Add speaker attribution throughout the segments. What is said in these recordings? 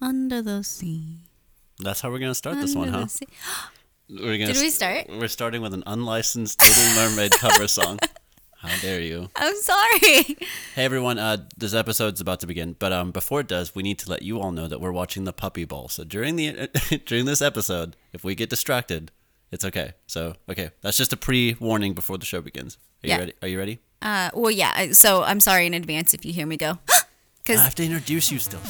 Speaker 1: Under the sea.
Speaker 2: That's how we're gonna start this one,
Speaker 1: under the
Speaker 2: huh?
Speaker 1: sea.
Speaker 2: We're gonna
Speaker 1: Did we
Speaker 2: st-
Speaker 1: start?
Speaker 2: We're starting with an unlicensed Little Mermaid cover song. How dare you?
Speaker 1: I'm sorry.
Speaker 2: Hey everyone, uh, this episode's about to begin, but um, before it does, we need to let you all know that we're watching the Puppy Bowl. So during the during this episode, if we get distracted, it's okay. So okay, that's just a pre-warning before the show begins. Are
Speaker 1: Yeah.
Speaker 2: you ready? Are you ready?
Speaker 1: Uh, well, yeah. I- So I'm sorry in advance if you hear me go.
Speaker 2: I
Speaker 1: Because
Speaker 2: have to introduce you still.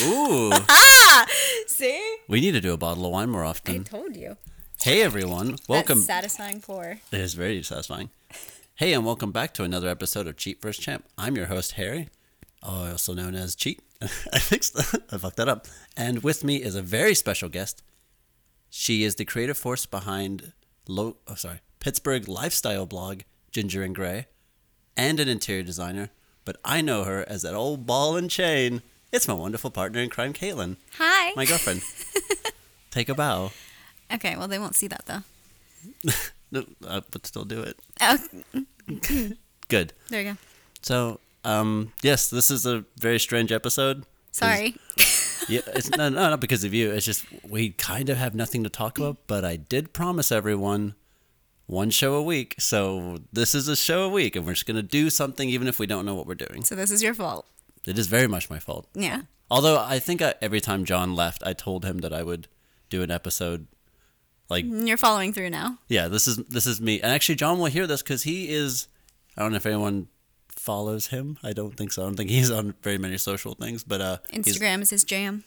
Speaker 2: Ooh,
Speaker 1: see,
Speaker 2: we need to do a bottle of wine more often.
Speaker 1: told you.
Speaker 2: Hey everyone, Mm. welcome.
Speaker 1: satisfying pour.
Speaker 2: It is very satisfying. Hey, and welcome back to another episode of Cheat vs. Champ. I'm your host, Harry, also known as Cheat. I fixed that. I fucked that up. And with me is a very special guest. She is the creative force behind Lo- oh, sorry, Pittsburgh lifestyle blog, Ginger and Gray, and an interior designer. But I know her as that old ball and chain. It's my wonderful partner in crime, Caitlin,
Speaker 1: Hi.
Speaker 2: my girlfriend. Take a bow.
Speaker 1: okay. Well, they won't see that though.
Speaker 2: No, I would still do it.
Speaker 1: Oh,
Speaker 2: Good.
Speaker 1: there you go.
Speaker 2: So, um, yes, this is a very strange episode. 'cause-
Speaker 1: Sorry.
Speaker 2: yeah, it's no, no, not because of you. It's just we kind of have nothing to talk about. But I did promise everyone one show a week. So this is a show a week, and we're just gonna do something, even if we don't know what we're doing.
Speaker 1: So this is your fault.
Speaker 2: It is very much my fault.
Speaker 1: Yeah.
Speaker 2: Although I think I, every time John left, I told him that I would do an episode. Like,
Speaker 1: You're following through now.
Speaker 2: yeah, this is this is me. And actually, John will hear this because he is. I don't know if anyone follows him. I don't think so. I don't think he's on very many social things. But uh, he's-
Speaker 1: Instagram is his jam.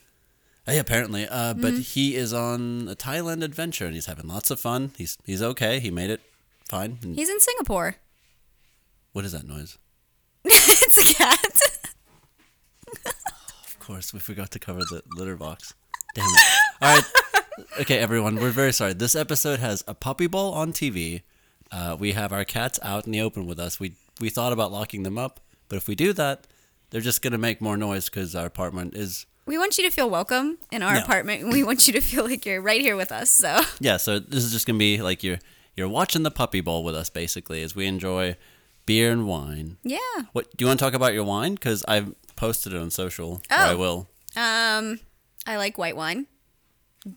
Speaker 2: Hey, apparently. Uh, But he is on a Thailand adventure and he's having lots of fun. He's he's okay. He made it fine. And
Speaker 1: He's in Singapore.
Speaker 2: what is that noise?
Speaker 1: it's a cat.
Speaker 2: Of course, we forgot to cover the litter box. Damn it. All right. Okay, everyone, we're very sorry. This episode has a puppy bowl on TV. Uh, we have our cats out in the open with us. We we thought about locking them up, but if we do that, they're just gonna make more noise because our apartment is
Speaker 1: We want you to feel welcome in our
Speaker 2: No.
Speaker 1: apartment. and We want you to feel like you're right here with us. So
Speaker 2: yeah, so this is just gonna be like you're you're watching the puppy bowl with us basically as we enjoy beer and wine.
Speaker 1: yeah.
Speaker 2: What do you want to talk about your wine? Because I've posted it on social. or I
Speaker 1: Oh.
Speaker 2: will.
Speaker 1: Um, I like white wine.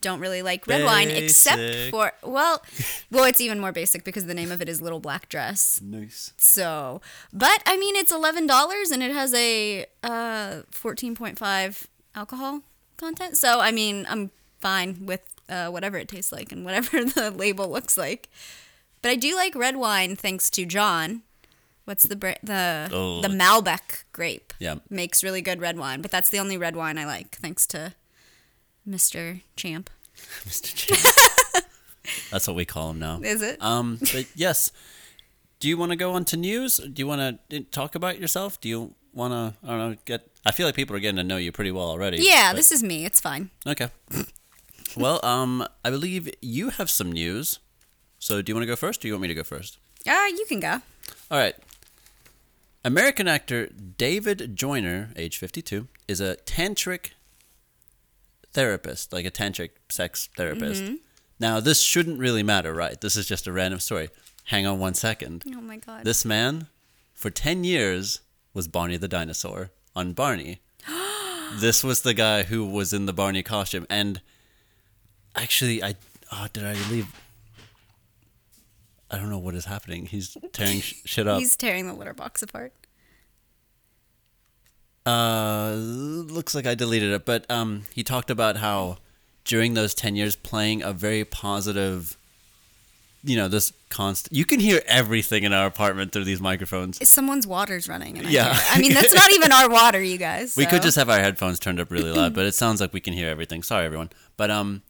Speaker 1: Don't really like red wine, except
Speaker 2: Basic.
Speaker 1: for well, well, it's even more basic because the name of it is Little Black Dress.
Speaker 2: Nice.
Speaker 1: So, but I mean, it's eleven dollars and it has a uh fourteen point five alcohol content. So I mean, I'm fine with uh, whatever it tastes like and whatever the label looks like. But I do like red wine thanks to John. What's the bra- the
Speaker 2: Oh.
Speaker 1: the Malbec grape?
Speaker 2: Yeah.
Speaker 1: makes really good red wine, but that's the only red wine I like, thanks to Mr. Champ.
Speaker 2: Mr. Chan. That's what we call him now.
Speaker 1: Is it?
Speaker 2: Um, but yes. Do you want to go on to news? Do you want to talk about yourself? Do you want to, I don't know, get, I feel like people are getting to know you pretty well already.
Speaker 1: yeah,
Speaker 2: but-
Speaker 1: this is me. It's fine.
Speaker 2: Okay. well, um, I believe you have some news. So do you want to go first or do you want me to go first?
Speaker 1: Uh, you can go.
Speaker 2: All right. American actor David Joyner, age 52, is a tantric therapist, like a tantric sex therapist. Now, this shouldn't really matter, right? This is just a random story. Hang on one second.
Speaker 1: Oh my god.
Speaker 2: This man, for 10 years, was Barney the dinosaur on Barney. this was the guy who was in the Barney costume. And actually, I. Oh, did I leave? I don't know what is happening. He's tearing sh- shit up.
Speaker 1: He's tearing the litter box apart.
Speaker 2: Uh, looks like I deleted it, but um, he talked about how during those ten years playing a very positive, you know, this constant. You can hear everything in our apartment through these microphones.
Speaker 1: Someone's water's running. And I
Speaker 2: Yeah.
Speaker 1: can't- I, mean, that's not even our water, you guys.
Speaker 2: We could
Speaker 1: so-
Speaker 2: just have our headphones turned up really loud, but it sounds like we can hear everything. Sorry, everyone. But um,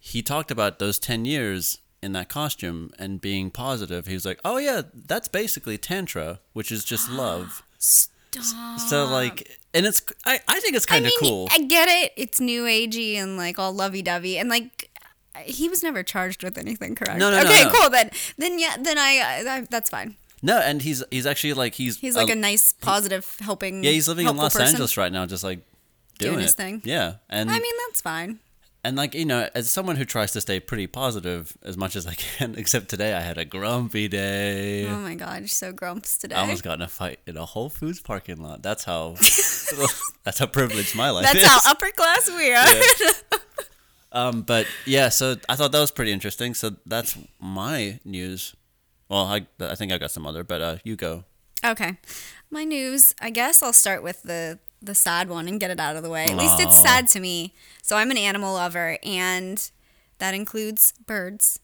Speaker 2: he talked about those ten years in that costume and being positive. He was like, "Oh yeah, that's basically tantra, which is just love."
Speaker 1: Stop.
Speaker 2: So like, and it's I I think it's
Speaker 1: I
Speaker 2: kind of
Speaker 1: mean,
Speaker 2: cool.
Speaker 1: I get it. It's new agey and like all lovey dovey. And like, he was never charged with anything, correct?
Speaker 2: No, no, no,
Speaker 1: Okay,
Speaker 2: no.
Speaker 1: cool. Then, then yeah, then I, I, I that's fine.
Speaker 2: No, and he's he's actually like he's
Speaker 1: He's like
Speaker 2: a-
Speaker 1: a nice, positive, helping.
Speaker 2: Oh. yeah he's living in
Speaker 1: helpful
Speaker 2: Los
Speaker 1: person.
Speaker 2: Angeles right now, just like doing,
Speaker 1: Doing his
Speaker 2: it.
Speaker 1: thing.
Speaker 2: Yeah, and
Speaker 1: I mean, that's fine.
Speaker 2: and like you know, as someone who tries to stay pretty positive as much as I can, except today I had a grumpy day.
Speaker 1: Oh my god, you're so grumps today.
Speaker 2: I almost got in a fight in a Whole Foods parking lot. That's how that's how privileged my life
Speaker 1: that's
Speaker 2: is.
Speaker 1: how upper class we are.
Speaker 2: Um, but yeah, so I thought that was pretty interesting. So that's my news. Well, I I think I got some other, but uh, you go.
Speaker 1: Okay. My news, I guess I'll start with the the sad one and get it out of the way. At least it's
Speaker 2: Aw.
Speaker 1: sad to me. So I'm an animal lover and that includes birds,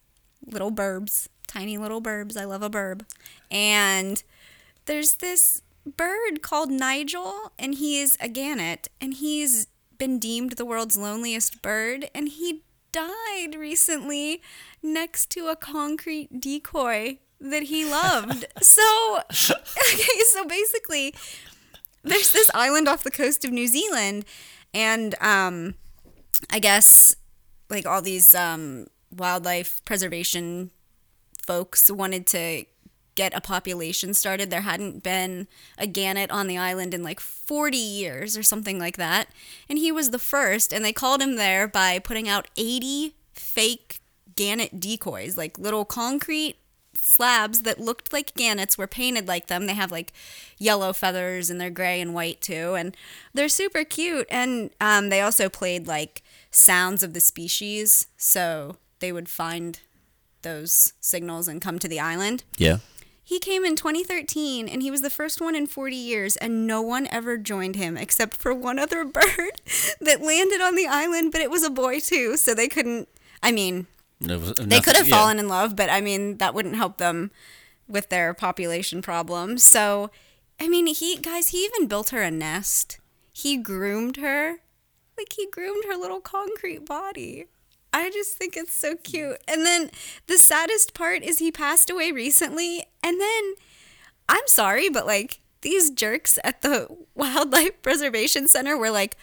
Speaker 1: little burbs, tiny little burbs. I love a burb. And there's this bird called Nigel and he is a gannet and he's been deemed the world's loneliest bird and he died recently next to a concrete decoy that he loved. so okay, so basically there's this island off the coast of New Zealand and um I guess like all these um wildlife preservation folks wanted to get a population started. There hadn't been a gannet on the island in like 40 years or something like that. And he was the first, and they called him there by putting out 80 fake gannet decoys, like little concrete slabs that looked like gannets were painted like them. They have like yellow feathers and they're gray and white too. And they're super cute. And um, they also played like sounds of the species. So they would find those signals and come to the island.
Speaker 2: Yeah.
Speaker 1: He came in 2013 and he was the first one in 40 years, and no one ever joined him except for one other bird that landed on the island, but it was a boy too, so they couldn't. I mean, they could have fallen in love, but I mean, that wouldn't help them with their population problem. So, I mean, he, guys, he even built her a nest. He groomed her. Like, he groomed her little concrete body. I just think it's so cute. And then the saddest part is he passed away recently. And then I'm sorry, but like these jerks at the Wildlife Preservation Center were like,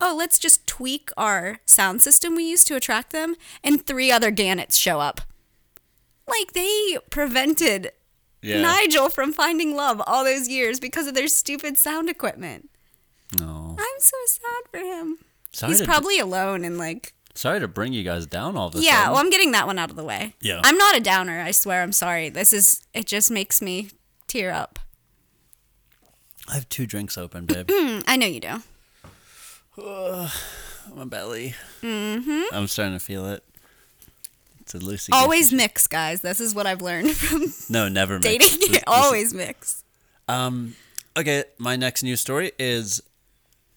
Speaker 1: oh, let's just tweak our sound system we use to attract them. And three other gannets show up. Like they prevented
Speaker 2: Yeah.
Speaker 1: Nigel from finding love all those years because of their stupid sound equipment.
Speaker 2: No.
Speaker 1: I'm so sad for him.
Speaker 2: Sorry
Speaker 1: He's
Speaker 2: to-
Speaker 1: probably alone and like
Speaker 2: Sorry to bring you guys down all of a
Speaker 1: yeah,
Speaker 2: sudden.
Speaker 1: well, I'm getting that one out of the way.
Speaker 2: Yeah.
Speaker 1: I'm not a downer, I swear. I'm sorry. This is, it just makes me tear up.
Speaker 2: I have two drinks open, babe.
Speaker 1: Mm, I know you do.
Speaker 2: My belly. Mm-hmm. I'm starting to feel it. It's a loosey.
Speaker 1: Always mix, guys. This is what I've learned from
Speaker 2: No, never. mix.
Speaker 1: dating. Always mix.
Speaker 2: Um, okay, my next news story is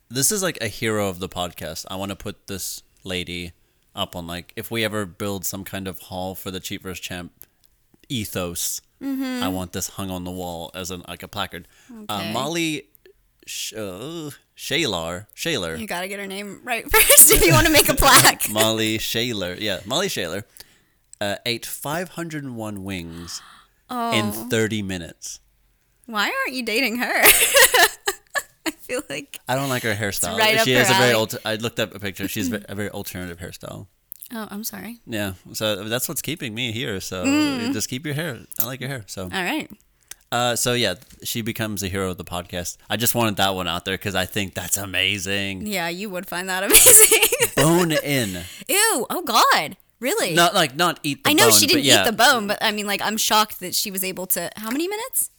Speaker 2: this is like a hero of the podcast. I want to put this lady up on like if we ever build some kind of hall for the cheap versus champ ethos. I want this hung on the wall as an like a placard. Uh,
Speaker 1: Mm-hmm. Okay.
Speaker 2: Molly Sh- uh, Shalar Shaler
Speaker 1: You got to get her name right first if you want to make a plaque.
Speaker 2: Molly Shaler yeah Molly Shaler uh, ate 501 wings in
Speaker 1: Oh.
Speaker 2: 30 minutes.
Speaker 1: Why aren't you dating her? I feel like,
Speaker 2: I don't like her hairstyle.
Speaker 1: right up
Speaker 2: she has
Speaker 1: her
Speaker 2: a very
Speaker 1: alley.
Speaker 2: old. I looked up a picture. She's ve- a very alternative hairstyle.
Speaker 1: oh, I'm sorry.
Speaker 2: Yeah, so that's what's keeping me here. So
Speaker 1: Hmm.
Speaker 2: just keep your hair. I like your hair. So,
Speaker 1: All right.
Speaker 2: uh, so yeah, she becomes a hero of the podcast. I just wanted that one out there because I think that's amazing.
Speaker 1: Yeah, you would find that amazing.
Speaker 2: Bone in,
Speaker 1: Ew. Oh, God. Really?
Speaker 2: not like not eat. the
Speaker 1: I know
Speaker 2: bone,
Speaker 1: she
Speaker 2: but
Speaker 1: didn't
Speaker 2: yeah,
Speaker 1: eat the bone, but I mean, like, I'm shocked that she was able to. How many minutes?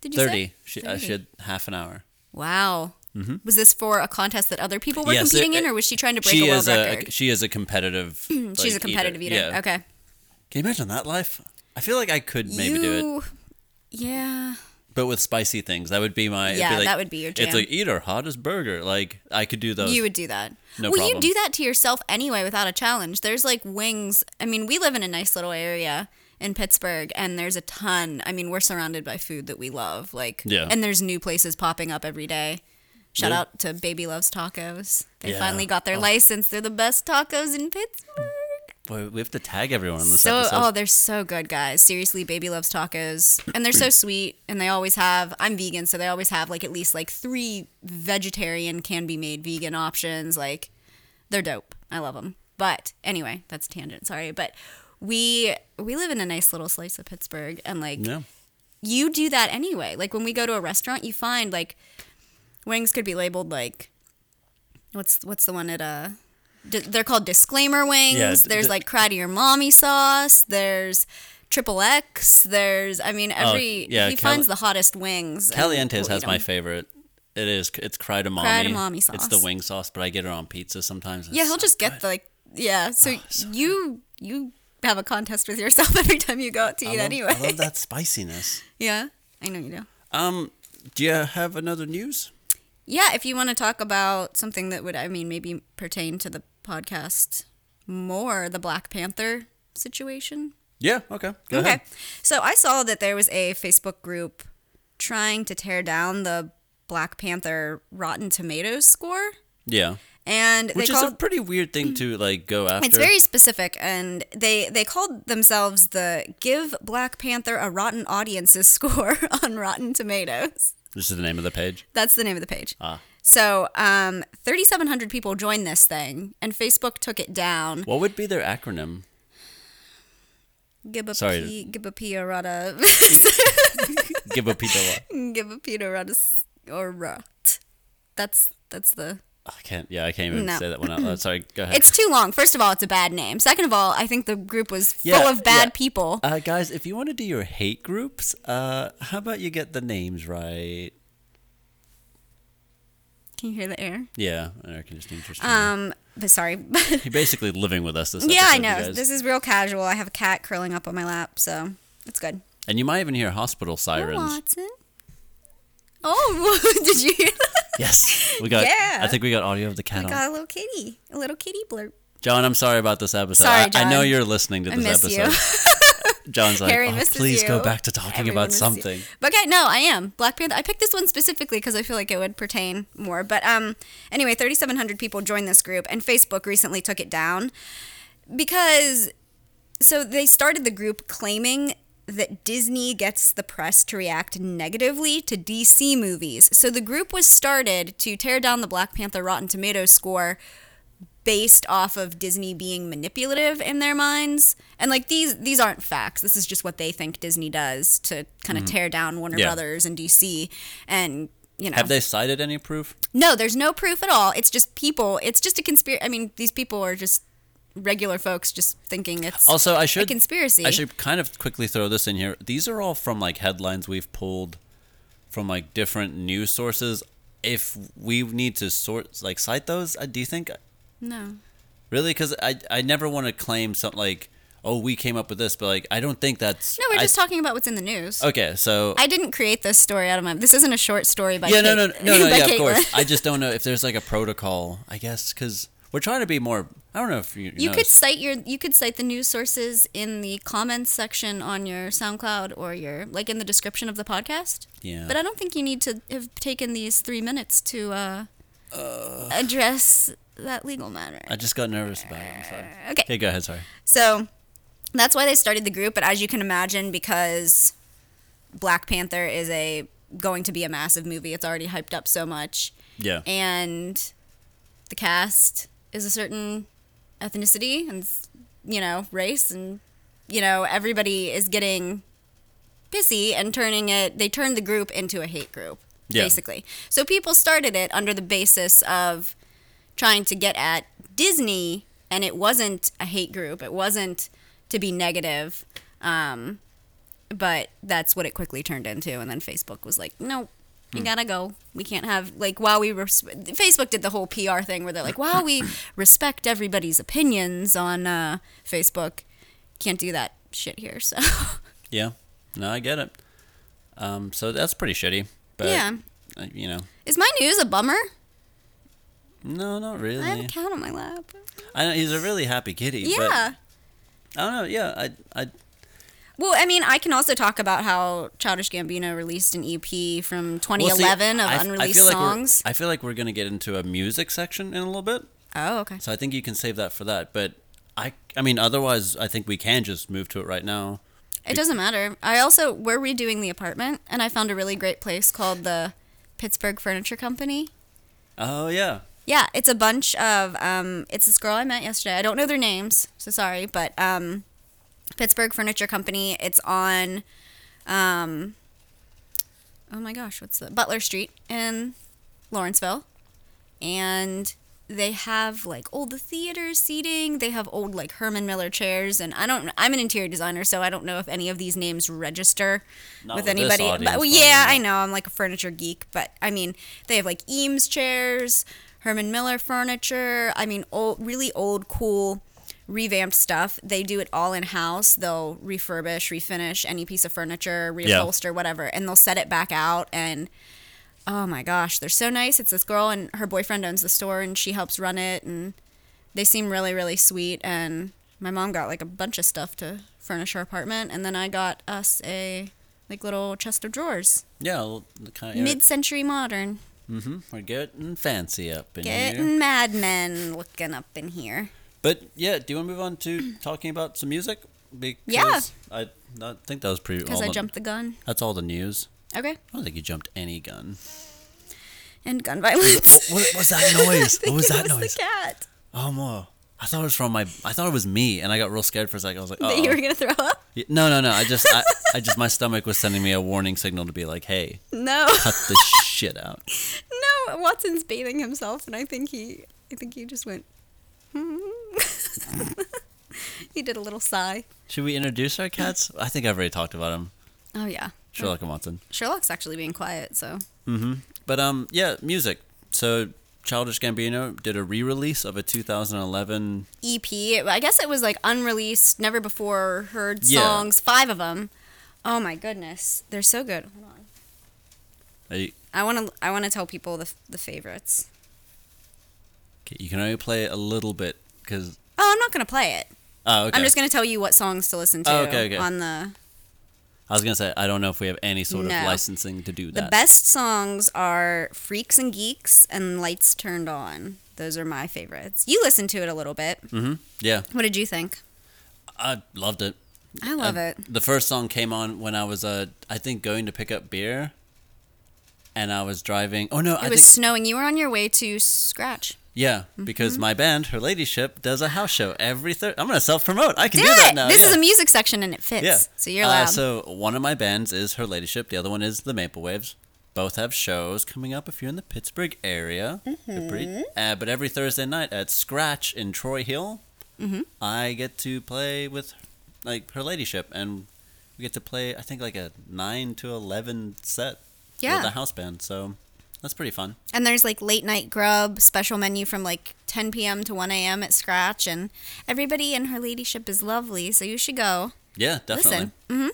Speaker 1: Did you
Speaker 2: Thirty.
Speaker 1: say?
Speaker 2: She, uh, she had half an hour.
Speaker 1: Wow. Was this for a contest that other people were
Speaker 2: Yes,
Speaker 1: competing
Speaker 2: it-
Speaker 1: in, or was she trying to break
Speaker 2: she
Speaker 1: a world
Speaker 2: is
Speaker 1: record?
Speaker 2: a she is a competitive.
Speaker 1: She's a
Speaker 2: like,
Speaker 1: competitive eater.
Speaker 2: Yeah.
Speaker 1: Okay.
Speaker 2: Can you imagine that life? I feel like I could maybe
Speaker 1: you,
Speaker 2: do it.
Speaker 1: Yeah.
Speaker 2: but with spicy things. That would be my it'd
Speaker 1: Yeah,
Speaker 2: like-
Speaker 1: that would be your
Speaker 2: It's
Speaker 1: jam.
Speaker 2: like eat our hottest burger. Like I could do those.
Speaker 1: You would do that.
Speaker 2: No
Speaker 1: well,
Speaker 2: problem.
Speaker 1: you do that to yourself anyway without a challenge. There's like wings. I mean, we live in a nice little area in Pittsburgh, and there's a ton. I mean, we're surrounded by food that we love. Like,
Speaker 2: Yeah.
Speaker 1: And there's new places popping up every day. Shout
Speaker 2: Yeah.
Speaker 1: out to Baby Loves Tacos. They
Speaker 2: Yeah.
Speaker 1: finally got their
Speaker 2: Oh.
Speaker 1: license. They're the best tacos in Pittsburgh.
Speaker 2: Boy, we have to tag everyone on this
Speaker 1: so
Speaker 2: episode.
Speaker 1: oh they're so good guys seriously baby loves tacos and they're so sweet and they always have i'm vegan so they always have like at least like three vegetarian can be made vegan options like they're dope i love them But anyway, that's a tangent. Sorry, but we we live in a nice little slice of Pittsburgh, and like
Speaker 2: Yeah.
Speaker 1: you do that anyway. Like when we go to a restaurant, you find like wings could be labeled like what's what's the one at uh di- they're called disclaimer wings.
Speaker 2: Yeah, d-
Speaker 1: there's
Speaker 2: d-
Speaker 1: like cry to your mommy sauce. There's triple X. There's I mean every
Speaker 2: Oh, yeah,
Speaker 1: he
Speaker 2: Cali-
Speaker 1: finds the hottest wings. and
Speaker 2: Calientes
Speaker 1: we'll eat
Speaker 2: has my
Speaker 1: 'em.
Speaker 2: favorite. It is. It's cry to mommy.
Speaker 1: Cry to mommy sauce.
Speaker 2: It's the wing sauce, but I get it on pizza sometimes.
Speaker 1: Yeah, he'll just get the like
Speaker 2: Oh,
Speaker 1: yeah. So you you have a contest with yourself every time you go out to eat
Speaker 2: I love,
Speaker 1: anyway.
Speaker 2: I love that spiciness.
Speaker 1: Yeah, I know you do.
Speaker 2: Um, do you have another news?
Speaker 1: Yeah, if you want to talk about something that would, I mean, maybe pertain to the podcast more, the Black Panther situation.
Speaker 2: Yeah. Okay. Go
Speaker 1: okay.
Speaker 2: ahead.
Speaker 1: So I saw that there was a Facebook group trying to tear down the Black Panther Rotten Tomatoes score.
Speaker 2: Yeah.
Speaker 1: And
Speaker 2: Which
Speaker 1: they
Speaker 2: is
Speaker 1: called
Speaker 2: a pretty weird thing to like go after.
Speaker 1: it's very specific, and they they called themselves the "Give Black Panther a Rotten Audiences" score on Rotten Tomatoes.
Speaker 2: This is the name of the page.
Speaker 1: That's the name of the page.
Speaker 2: Ah.
Speaker 1: So, um, 3,700 people joined this thing, and Facebook took it down.
Speaker 2: What would be their acronym?
Speaker 1: Give a
Speaker 2: Sorry.
Speaker 1: P, give a P or a
Speaker 2: Give a pizza. what?
Speaker 1: give a P or a or rot. That's that's the.
Speaker 2: I can't. Yeah, I can't even
Speaker 1: No.
Speaker 2: say that one out loud. Sorry. Go ahead.
Speaker 1: It's too long. First of all, it's a bad name. Second of all, I think the group was
Speaker 2: Yeah,
Speaker 1: full of bad
Speaker 2: yeah.
Speaker 1: people.
Speaker 2: Uh, guys, if you want to do your hate groups, uh, how about you get the names right?
Speaker 1: Can you hear the air?
Speaker 2: Yeah, American just interesting.
Speaker 1: Um, but sorry.
Speaker 2: You're basically living with us this
Speaker 1: yeah, I
Speaker 2: episode, you
Speaker 1: know
Speaker 2: guys.
Speaker 1: this is real casual. I have a cat curling up on my lap, so it's good.
Speaker 2: and you might even hear hospital sirens.
Speaker 1: Watson. Oh, did you hear that?
Speaker 2: Yes, we got.
Speaker 1: Yeah. Oh
Speaker 2: I think we got audio of the cat on.
Speaker 1: Got a little kitty, a little kitty blurb.
Speaker 2: John, I'm sorry about this episode.
Speaker 1: Sorry,
Speaker 2: I, I know
Speaker 1: John.
Speaker 2: you're listening to
Speaker 1: I
Speaker 2: this
Speaker 1: miss you.
Speaker 2: episode. John's like,
Speaker 1: Harry
Speaker 2: "Oh,
Speaker 1: misses
Speaker 2: please go
Speaker 1: you.
Speaker 2: back to talking
Speaker 1: Everyone
Speaker 2: about
Speaker 1: misses
Speaker 2: something.
Speaker 1: you. But okay, no, I am Black Panther. I picked this one specifically because I feel like it would pertain more. But um, anyway, 3,700 people joined this group, and Facebook recently took it down because so they started the group claiming that Disney gets the press to react negatively to DC movies. So the group was started to tear down the Black Panther Rotten Tomatoes score based off of Disney being manipulative in their minds. And like these these aren't facts. This is just what they think Disney does to kind of tear down Warner
Speaker 2: Mm-hmm. Yeah.
Speaker 1: Brothers and DC and you know
Speaker 2: Have they cited any proof?
Speaker 1: no, there's no proof at all. It's just people. It's just a conspiracy. I mean, these people are just regular folks just thinking it's
Speaker 2: Also, I should
Speaker 1: a conspiracy.
Speaker 2: I should kind of quickly throw this in here. These are all from like headlines we've pulled from like different news sources. If we need to sort like cite those, uh, do you think
Speaker 1: no.
Speaker 2: really? Because I I never want to claim something like oh we came up with this, but like I don't think that's
Speaker 1: No, we're
Speaker 2: I- Oh.
Speaker 1: just talking about what's in the news.
Speaker 2: okay. So
Speaker 1: I didn't create this story out of my. This isn't a short story by
Speaker 2: yeah, no, no,
Speaker 1: Kate-
Speaker 2: no, no,
Speaker 1: by
Speaker 2: yeah, of
Speaker 1: Caitlin.
Speaker 2: course. I just don't know if there's like a protocol. I guess because we're trying to be more. I don't know if you
Speaker 1: You could
Speaker 2: noticed.
Speaker 1: cite your you could cite the news sources in the comments section on your SoundCloud or your like in the description of the podcast.
Speaker 2: Yeah.
Speaker 1: But I don't think you need to have taken these three minutes to uh, address that legal matter.
Speaker 2: I just got nervous about it. I'm sorry.
Speaker 1: Okay.
Speaker 2: Okay, go ahead. Sorry.
Speaker 1: So that's why they started the group. But as you can imagine, because Black Panther is a going to be a massive movie, it's already hyped up so much,
Speaker 2: Yeah.
Speaker 1: and the cast is a certain ethnicity and you know race, and you know everybody is getting pissy and turning it. They turned the group into a hate group,
Speaker 2: Yeah.
Speaker 1: basically. So people started it under the basis of trying to get at Disney, and it wasn't a hate group. It wasn't to be negative, um, but that's what it quickly turned into. And then Facebook was like, "Nope,
Speaker 2: Hmm.
Speaker 1: you gotta go. We can't have like while we res- Facebook did the whole PR thing where they're like, "Wow, we respect everybody's opinions on uh, Facebook. Can't do that shit here." So
Speaker 2: Yeah. No, I get it. Um, so that's pretty shitty. But,
Speaker 1: Yeah.
Speaker 2: uh, You know,
Speaker 1: is my news a bummer?
Speaker 2: no, not really.
Speaker 1: I have a
Speaker 2: I,
Speaker 1: cat on my lap.
Speaker 2: know he's a really happy kitty.
Speaker 1: Yeah.
Speaker 2: But I don't know. Yeah. I. I.
Speaker 1: Well, I mean, I can also talk about how Childish Gambino released an EP from 2011
Speaker 2: well, see,
Speaker 1: of
Speaker 2: I- I
Speaker 1: unreleased
Speaker 2: feel like we're-
Speaker 1: songs.
Speaker 2: I feel like we're gonna get into a music section in a little bit.
Speaker 1: Oh, okay.
Speaker 2: So I think you can save that for that. But I, I mean, otherwise, I think we can just move to it right now.
Speaker 1: It doesn't matter. I also we're redoing the apartment, and I found a really great place called the Pittsburgh Furniture Company.
Speaker 2: Oh yeah,
Speaker 1: Yeah, it's a bunch of um, it's this girl I met yesterday. I don't know their names, so sorry, but um, Pittsburgh Furniture Company. It's on, um, oh my gosh, what's the Butler Street in Lawrenceville, and they have like old theater seating. They have old like Herman Miller chairs, and I don't. I'm an interior designer, so I don't know if any of these names register
Speaker 2: Not
Speaker 1: with
Speaker 2: with this
Speaker 1: anybody.
Speaker 2: audience,
Speaker 1: but, well,
Speaker 2: probably
Speaker 1: yeah,
Speaker 2: not.
Speaker 1: I know I'm like a furniture geek, but I mean they have like Eames chairs, Herman Miller furniture. I mean, old, really old, cool, revamped stuff. They do it all in house. They'll refurbish, refinish any piece of furniture, reupholster, whatever, and they'll set it back out and. Oh my gosh, they're so nice. It's this girl and her boyfriend owns the store and she helps run it and they seem really really sweet and my mom got like a bunch of stuff to furnish our apartment and then I got us a like little chest of drawers.
Speaker 2: Yeah, well, the kind of
Speaker 1: Mid-century modern.
Speaker 2: Mhm, we're getting fancy up in here.
Speaker 1: Getting Mad Men looking up in here.
Speaker 2: But yeah, do you want to move on to talking about some music? Because
Speaker 1: Yeah.
Speaker 2: I, I think that was pretty.
Speaker 1: Because
Speaker 2: all
Speaker 1: I
Speaker 2: the-
Speaker 1: jumped the gun.
Speaker 2: That's all the news.
Speaker 1: Okay.
Speaker 2: I don't think you jumped any gun.
Speaker 1: And gun violence.
Speaker 2: What was that noise?
Speaker 1: I
Speaker 2: What was
Speaker 1: think
Speaker 2: that
Speaker 1: it was
Speaker 2: noise?
Speaker 1: The cat.
Speaker 2: Oh, more. I thought it was from my. I thought it was me, and I got real scared for a second. I was like,
Speaker 1: That you
Speaker 2: oh.
Speaker 1: were gonna throw up?
Speaker 2: No, no, no. I just, I, I just, my stomach was sending me a warning signal to be like, hey,
Speaker 1: No.
Speaker 2: cut this shit out.
Speaker 1: No, Watson's bathing himself, and I think he, I think he just went. "Hmm." he did a little sigh.
Speaker 2: Should we introduce our cats? I think I've already talked about them.
Speaker 1: Oh yeah,
Speaker 2: Sherlock and Watson.
Speaker 1: Sherlock's actually being quiet. So
Speaker 2: But um, yeah, music. So Childish Gambino did a re-release of a 2011.
Speaker 1: EP, E I guess it was like unreleased, never before heard
Speaker 2: Yeah.
Speaker 1: songs, five of them. Oh my goodness, they're so good. Hold on,
Speaker 2: Hey,
Speaker 1: I want to, I want to tell people the the favorites.
Speaker 2: okay, You can only play a little bit because.
Speaker 1: Oh, I'm not gonna play it.
Speaker 2: Oh, okay.
Speaker 1: I'm just gonna tell you what songs to listen to
Speaker 2: Oh, okay, okay.
Speaker 1: on the
Speaker 2: I was gonna say I don't know if we have any sort
Speaker 1: No.
Speaker 2: of licensing to do
Speaker 1: The
Speaker 2: that.
Speaker 1: best songs are Freaks and Geeks and Lights Turned On. Those are my favorites. You listened to it a little bit.
Speaker 2: Mm. yeah,
Speaker 1: What did you think?
Speaker 2: I loved it.
Speaker 1: I love
Speaker 2: Uh,
Speaker 1: it.
Speaker 2: The first song came on when I was, uh, I think, going to pick up beer, and I was driving. Oh no, I
Speaker 1: It was
Speaker 2: think
Speaker 1: snowing. You were on your way to Scratch.
Speaker 2: yeah, because
Speaker 1: Mm-hmm.
Speaker 2: my band, Her Ladyship, does a house show every third. I'm gonna self promote. I can
Speaker 1: Do
Speaker 2: do that
Speaker 1: it!
Speaker 2: now.
Speaker 1: this
Speaker 2: yeah.
Speaker 1: is a music section and it fits.
Speaker 2: yeah.
Speaker 1: So you're
Speaker 2: Uh,
Speaker 1: loud.
Speaker 2: so one of my bands is Her Ladyship. The other one is the Maple Waves. Both have shows coming up if you're in the Pittsburgh area. They're
Speaker 1: Mm-hmm.
Speaker 2: pretty- uh, but every Thursday night at Scratch in Troy Hill,
Speaker 1: Mm-hmm.
Speaker 2: I get to play with like Her Ladyship, and we get to play I think like a nine to eleven set
Speaker 1: Yeah.
Speaker 2: with a house band. So that's pretty fun.
Speaker 1: and there's like late night grub, special menu from like 10 p.m. to 1 a.m. at Scratch. And everybody in her ladyship is lovely. So you should go.
Speaker 2: Yeah, definitely.
Speaker 1: Listen.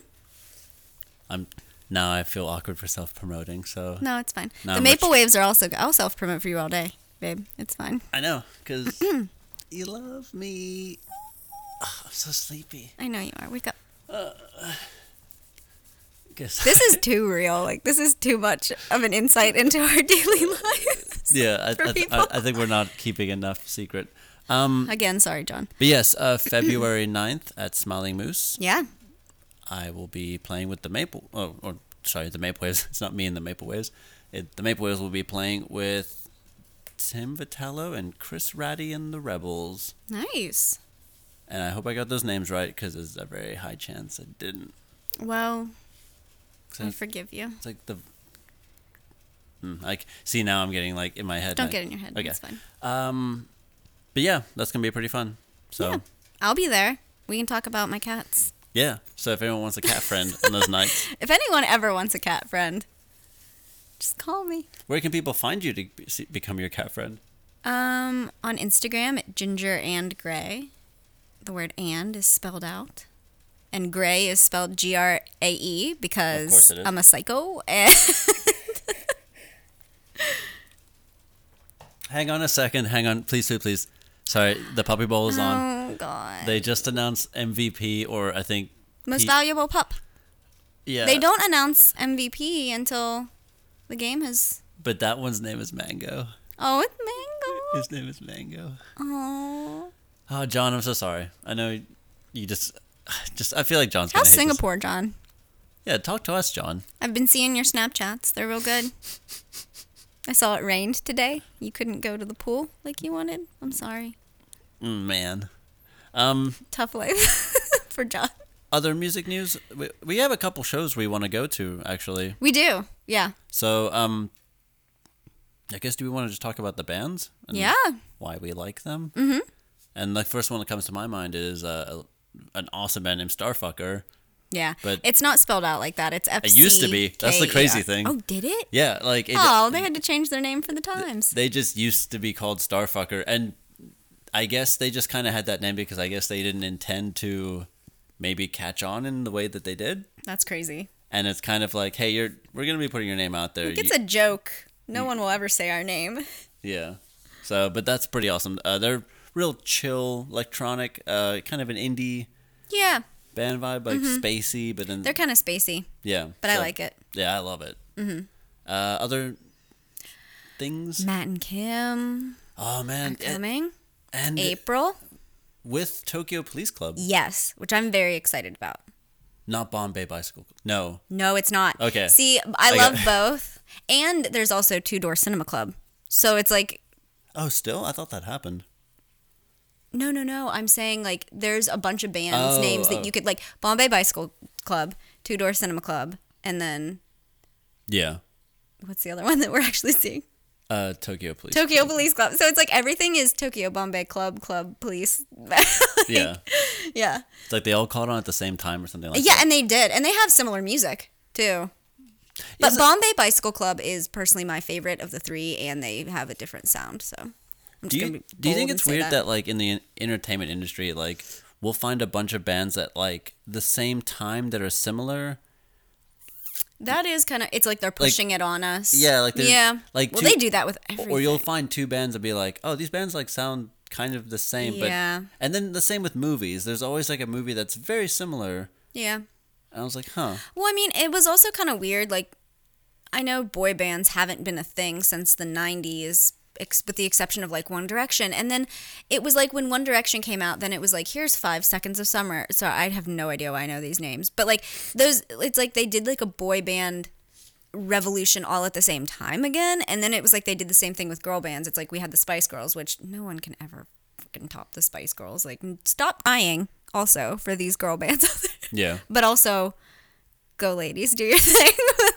Speaker 2: I'm now I feel awkward for self promoting. So
Speaker 1: No, it's fine.
Speaker 2: No,
Speaker 1: the
Speaker 2: I'm rich.
Speaker 1: Maple Waves are also good. I'll self promote for you all day, babe. It's fine.
Speaker 2: I know, because you love me. Ah, I'm so sleepy.
Speaker 1: I know you are. Wake up.
Speaker 2: Guess
Speaker 1: This is too real. Like this is too much of an insight into our daily lives.
Speaker 2: yeah. I,
Speaker 1: for
Speaker 2: I, th- I,
Speaker 1: people.
Speaker 2: I think we're not keeping enough secret. Um,
Speaker 1: Again, sorry, John.
Speaker 2: but yes, uh, February 9th at Smiling Moose,
Speaker 1: Yeah.
Speaker 2: I will be playing with the Maple. Oh, or sorry, the Maple Waves. It's not me and the Maple Waves. It, the Maple Waves will be playing with Tim Vitello and Chris Ratty and the Rebels.
Speaker 1: Nice.
Speaker 2: And I hope I got those names right because there's a very high chance I didn't.
Speaker 1: Well,
Speaker 2: 'Cause
Speaker 1: I
Speaker 2: I
Speaker 1: forgive you.
Speaker 2: It's like the. Mm, like, see now I'm getting like in my head.
Speaker 1: Don't
Speaker 2: like-
Speaker 1: get in your head.
Speaker 2: Okay.
Speaker 1: It's fine.
Speaker 2: Um, but yeah, that's gonna be pretty fun. So yeah.
Speaker 1: Yeah. I'll be there. We can talk about my cats.
Speaker 2: So if anyone wants a cat friend on those nights,
Speaker 1: If anyone ever wants a cat friend, just call me.
Speaker 2: where can people find you to be- see- become your cat friend?
Speaker 1: Um, on Instagram at ginger and gray. The word and is spelled out. And gray is spelled G R A E
Speaker 2: Of course
Speaker 1: because
Speaker 2: it is.
Speaker 1: I'm a psycho. And
Speaker 2: Hang on a second. Hang on, please, please, please. Sorry, the puppy bowl is on.
Speaker 1: oh god.
Speaker 2: They just announced MVP, or I think
Speaker 1: Most
Speaker 2: Pete-
Speaker 1: valuable pup.
Speaker 2: yeah.
Speaker 1: They don't announce MVP until the game has.
Speaker 2: But that one's name is Mango.
Speaker 1: Oh, it's Mango.
Speaker 2: His name is Mango.
Speaker 1: Oh,
Speaker 2: Oh, John, I'm so sorry. I know you just, just I feel like John's gonna
Speaker 1: how's
Speaker 2: hate this.
Speaker 1: Singapore, John?
Speaker 2: Yeah, talk to us, John.
Speaker 1: I've been seeing your Snapchats. They're real good. I saw it rained today. You couldn't go to the pool like you wanted. I'm sorry.
Speaker 2: Mm, Man. Um,
Speaker 1: Tough life for John.
Speaker 2: other music news. We, we have a couple shows we want to go to actually.
Speaker 1: We do. Yeah.
Speaker 2: So, um, I guess do we want to just talk about the bands? And
Speaker 1: Yeah.
Speaker 2: Why we like them? Mm-hmm. And the first one that comes to my mind is uh, an awesome band named Starfucker.
Speaker 1: Yeah.
Speaker 2: But-
Speaker 1: it's not spelled out like that. It's F.
Speaker 2: It used to be. That's the crazy thing.
Speaker 1: Oh, did it?
Speaker 2: Yeah, like it,
Speaker 1: Oh, they had to change their name for the times.
Speaker 2: they just used to be called Starfucker, and I guess they just kind of had that name because I guess they didn't intend to maybe catch on in the way that they did.
Speaker 1: That's crazy.
Speaker 2: And it's kind of like, hey, you're we're gonna be putting your name out there.
Speaker 1: It's
Speaker 2: You-
Speaker 1: a joke. No one will ever say our name.
Speaker 2: yeah. So, but that's pretty awesome. Uh, they're real chill, electronic, uh, kind of an indie
Speaker 1: Yeah.
Speaker 2: band vibe, like spacey, but then
Speaker 1: Mm-hmm. They're kind of spacey,
Speaker 2: yeah.
Speaker 1: but I
Speaker 2: so-
Speaker 1: like it.
Speaker 2: Yeah, I love it. Mm-hmm. Uh, other things.
Speaker 1: Matt and Kim
Speaker 2: Oh man, and,
Speaker 1: coming
Speaker 2: and
Speaker 1: April.
Speaker 2: with Tokyo Police Club.
Speaker 1: Yes, which I'm very excited about.
Speaker 2: Not Bombay Bicycle. Club. No.
Speaker 1: No, it's not.
Speaker 2: Okay.
Speaker 1: See, I
Speaker 2: I
Speaker 1: love
Speaker 2: got-
Speaker 1: both. And there's also Two Door Cinema Club. So it's like,
Speaker 2: Oh, still? I thought that happened.
Speaker 1: no, no, no. I'm saying like there's a bunch of bands'
Speaker 2: Oh,
Speaker 1: names
Speaker 2: oh.
Speaker 1: that you could like Bombay Bicycle Club, Two Door Cinema Club, and then
Speaker 2: Yeah.
Speaker 1: what's the other one that we're actually seeing?
Speaker 2: Uh, Tokyo Police.
Speaker 1: Tokyo Police Club. So it's like everything is Tokyo Bombay Club, Club Police. Like,
Speaker 2: yeah.
Speaker 1: Yeah.
Speaker 2: It's like they all caught on at the same time or something like
Speaker 1: Yeah,
Speaker 2: that.
Speaker 1: and they did. And they have similar music too. But
Speaker 2: Is it-
Speaker 1: Bombay Bicycle Club is personally my favorite of the three, and they have a different sound. So I'm just
Speaker 2: Do
Speaker 1: gonna
Speaker 2: you,
Speaker 1: be
Speaker 2: do you
Speaker 1: bold
Speaker 2: think
Speaker 1: and
Speaker 2: it's
Speaker 1: say
Speaker 2: weird that. like, in the en- entertainment industry, like, we'll find a bunch of bands at, like, the same time that are similar?
Speaker 1: that is kind of it's like they're pushing it on us?
Speaker 2: Yeah, like there's-
Speaker 1: yeah,
Speaker 2: like
Speaker 1: well
Speaker 2: two-
Speaker 1: they do that with everything.
Speaker 2: Or you'll find two bands and be like, oh, these bands, like, sound kind of the same.
Speaker 1: Yeah.
Speaker 2: But, and then the same with movies. There's always, like, a movie that's very similar.
Speaker 1: yeah.
Speaker 2: And I was like, huh.
Speaker 1: Well, I mean, it was also kind of weird. Like, I know boy bands haven't been a thing since the 90s, ex- with the exception of like One Direction. And then it was like when One Direction came out, then it was like, here's five seconds of summer. So I have no idea why I know these names. But like, those, it's like they did like a boy band revolution all at the same time again. And then it was like they did the same thing with girl bands. It's like we had the Spice Girls, which no one can ever fucking top the Spice Girls. Like, stop eyeing also for these girl bands out there
Speaker 2: Yeah.
Speaker 1: but also go ladies do your thing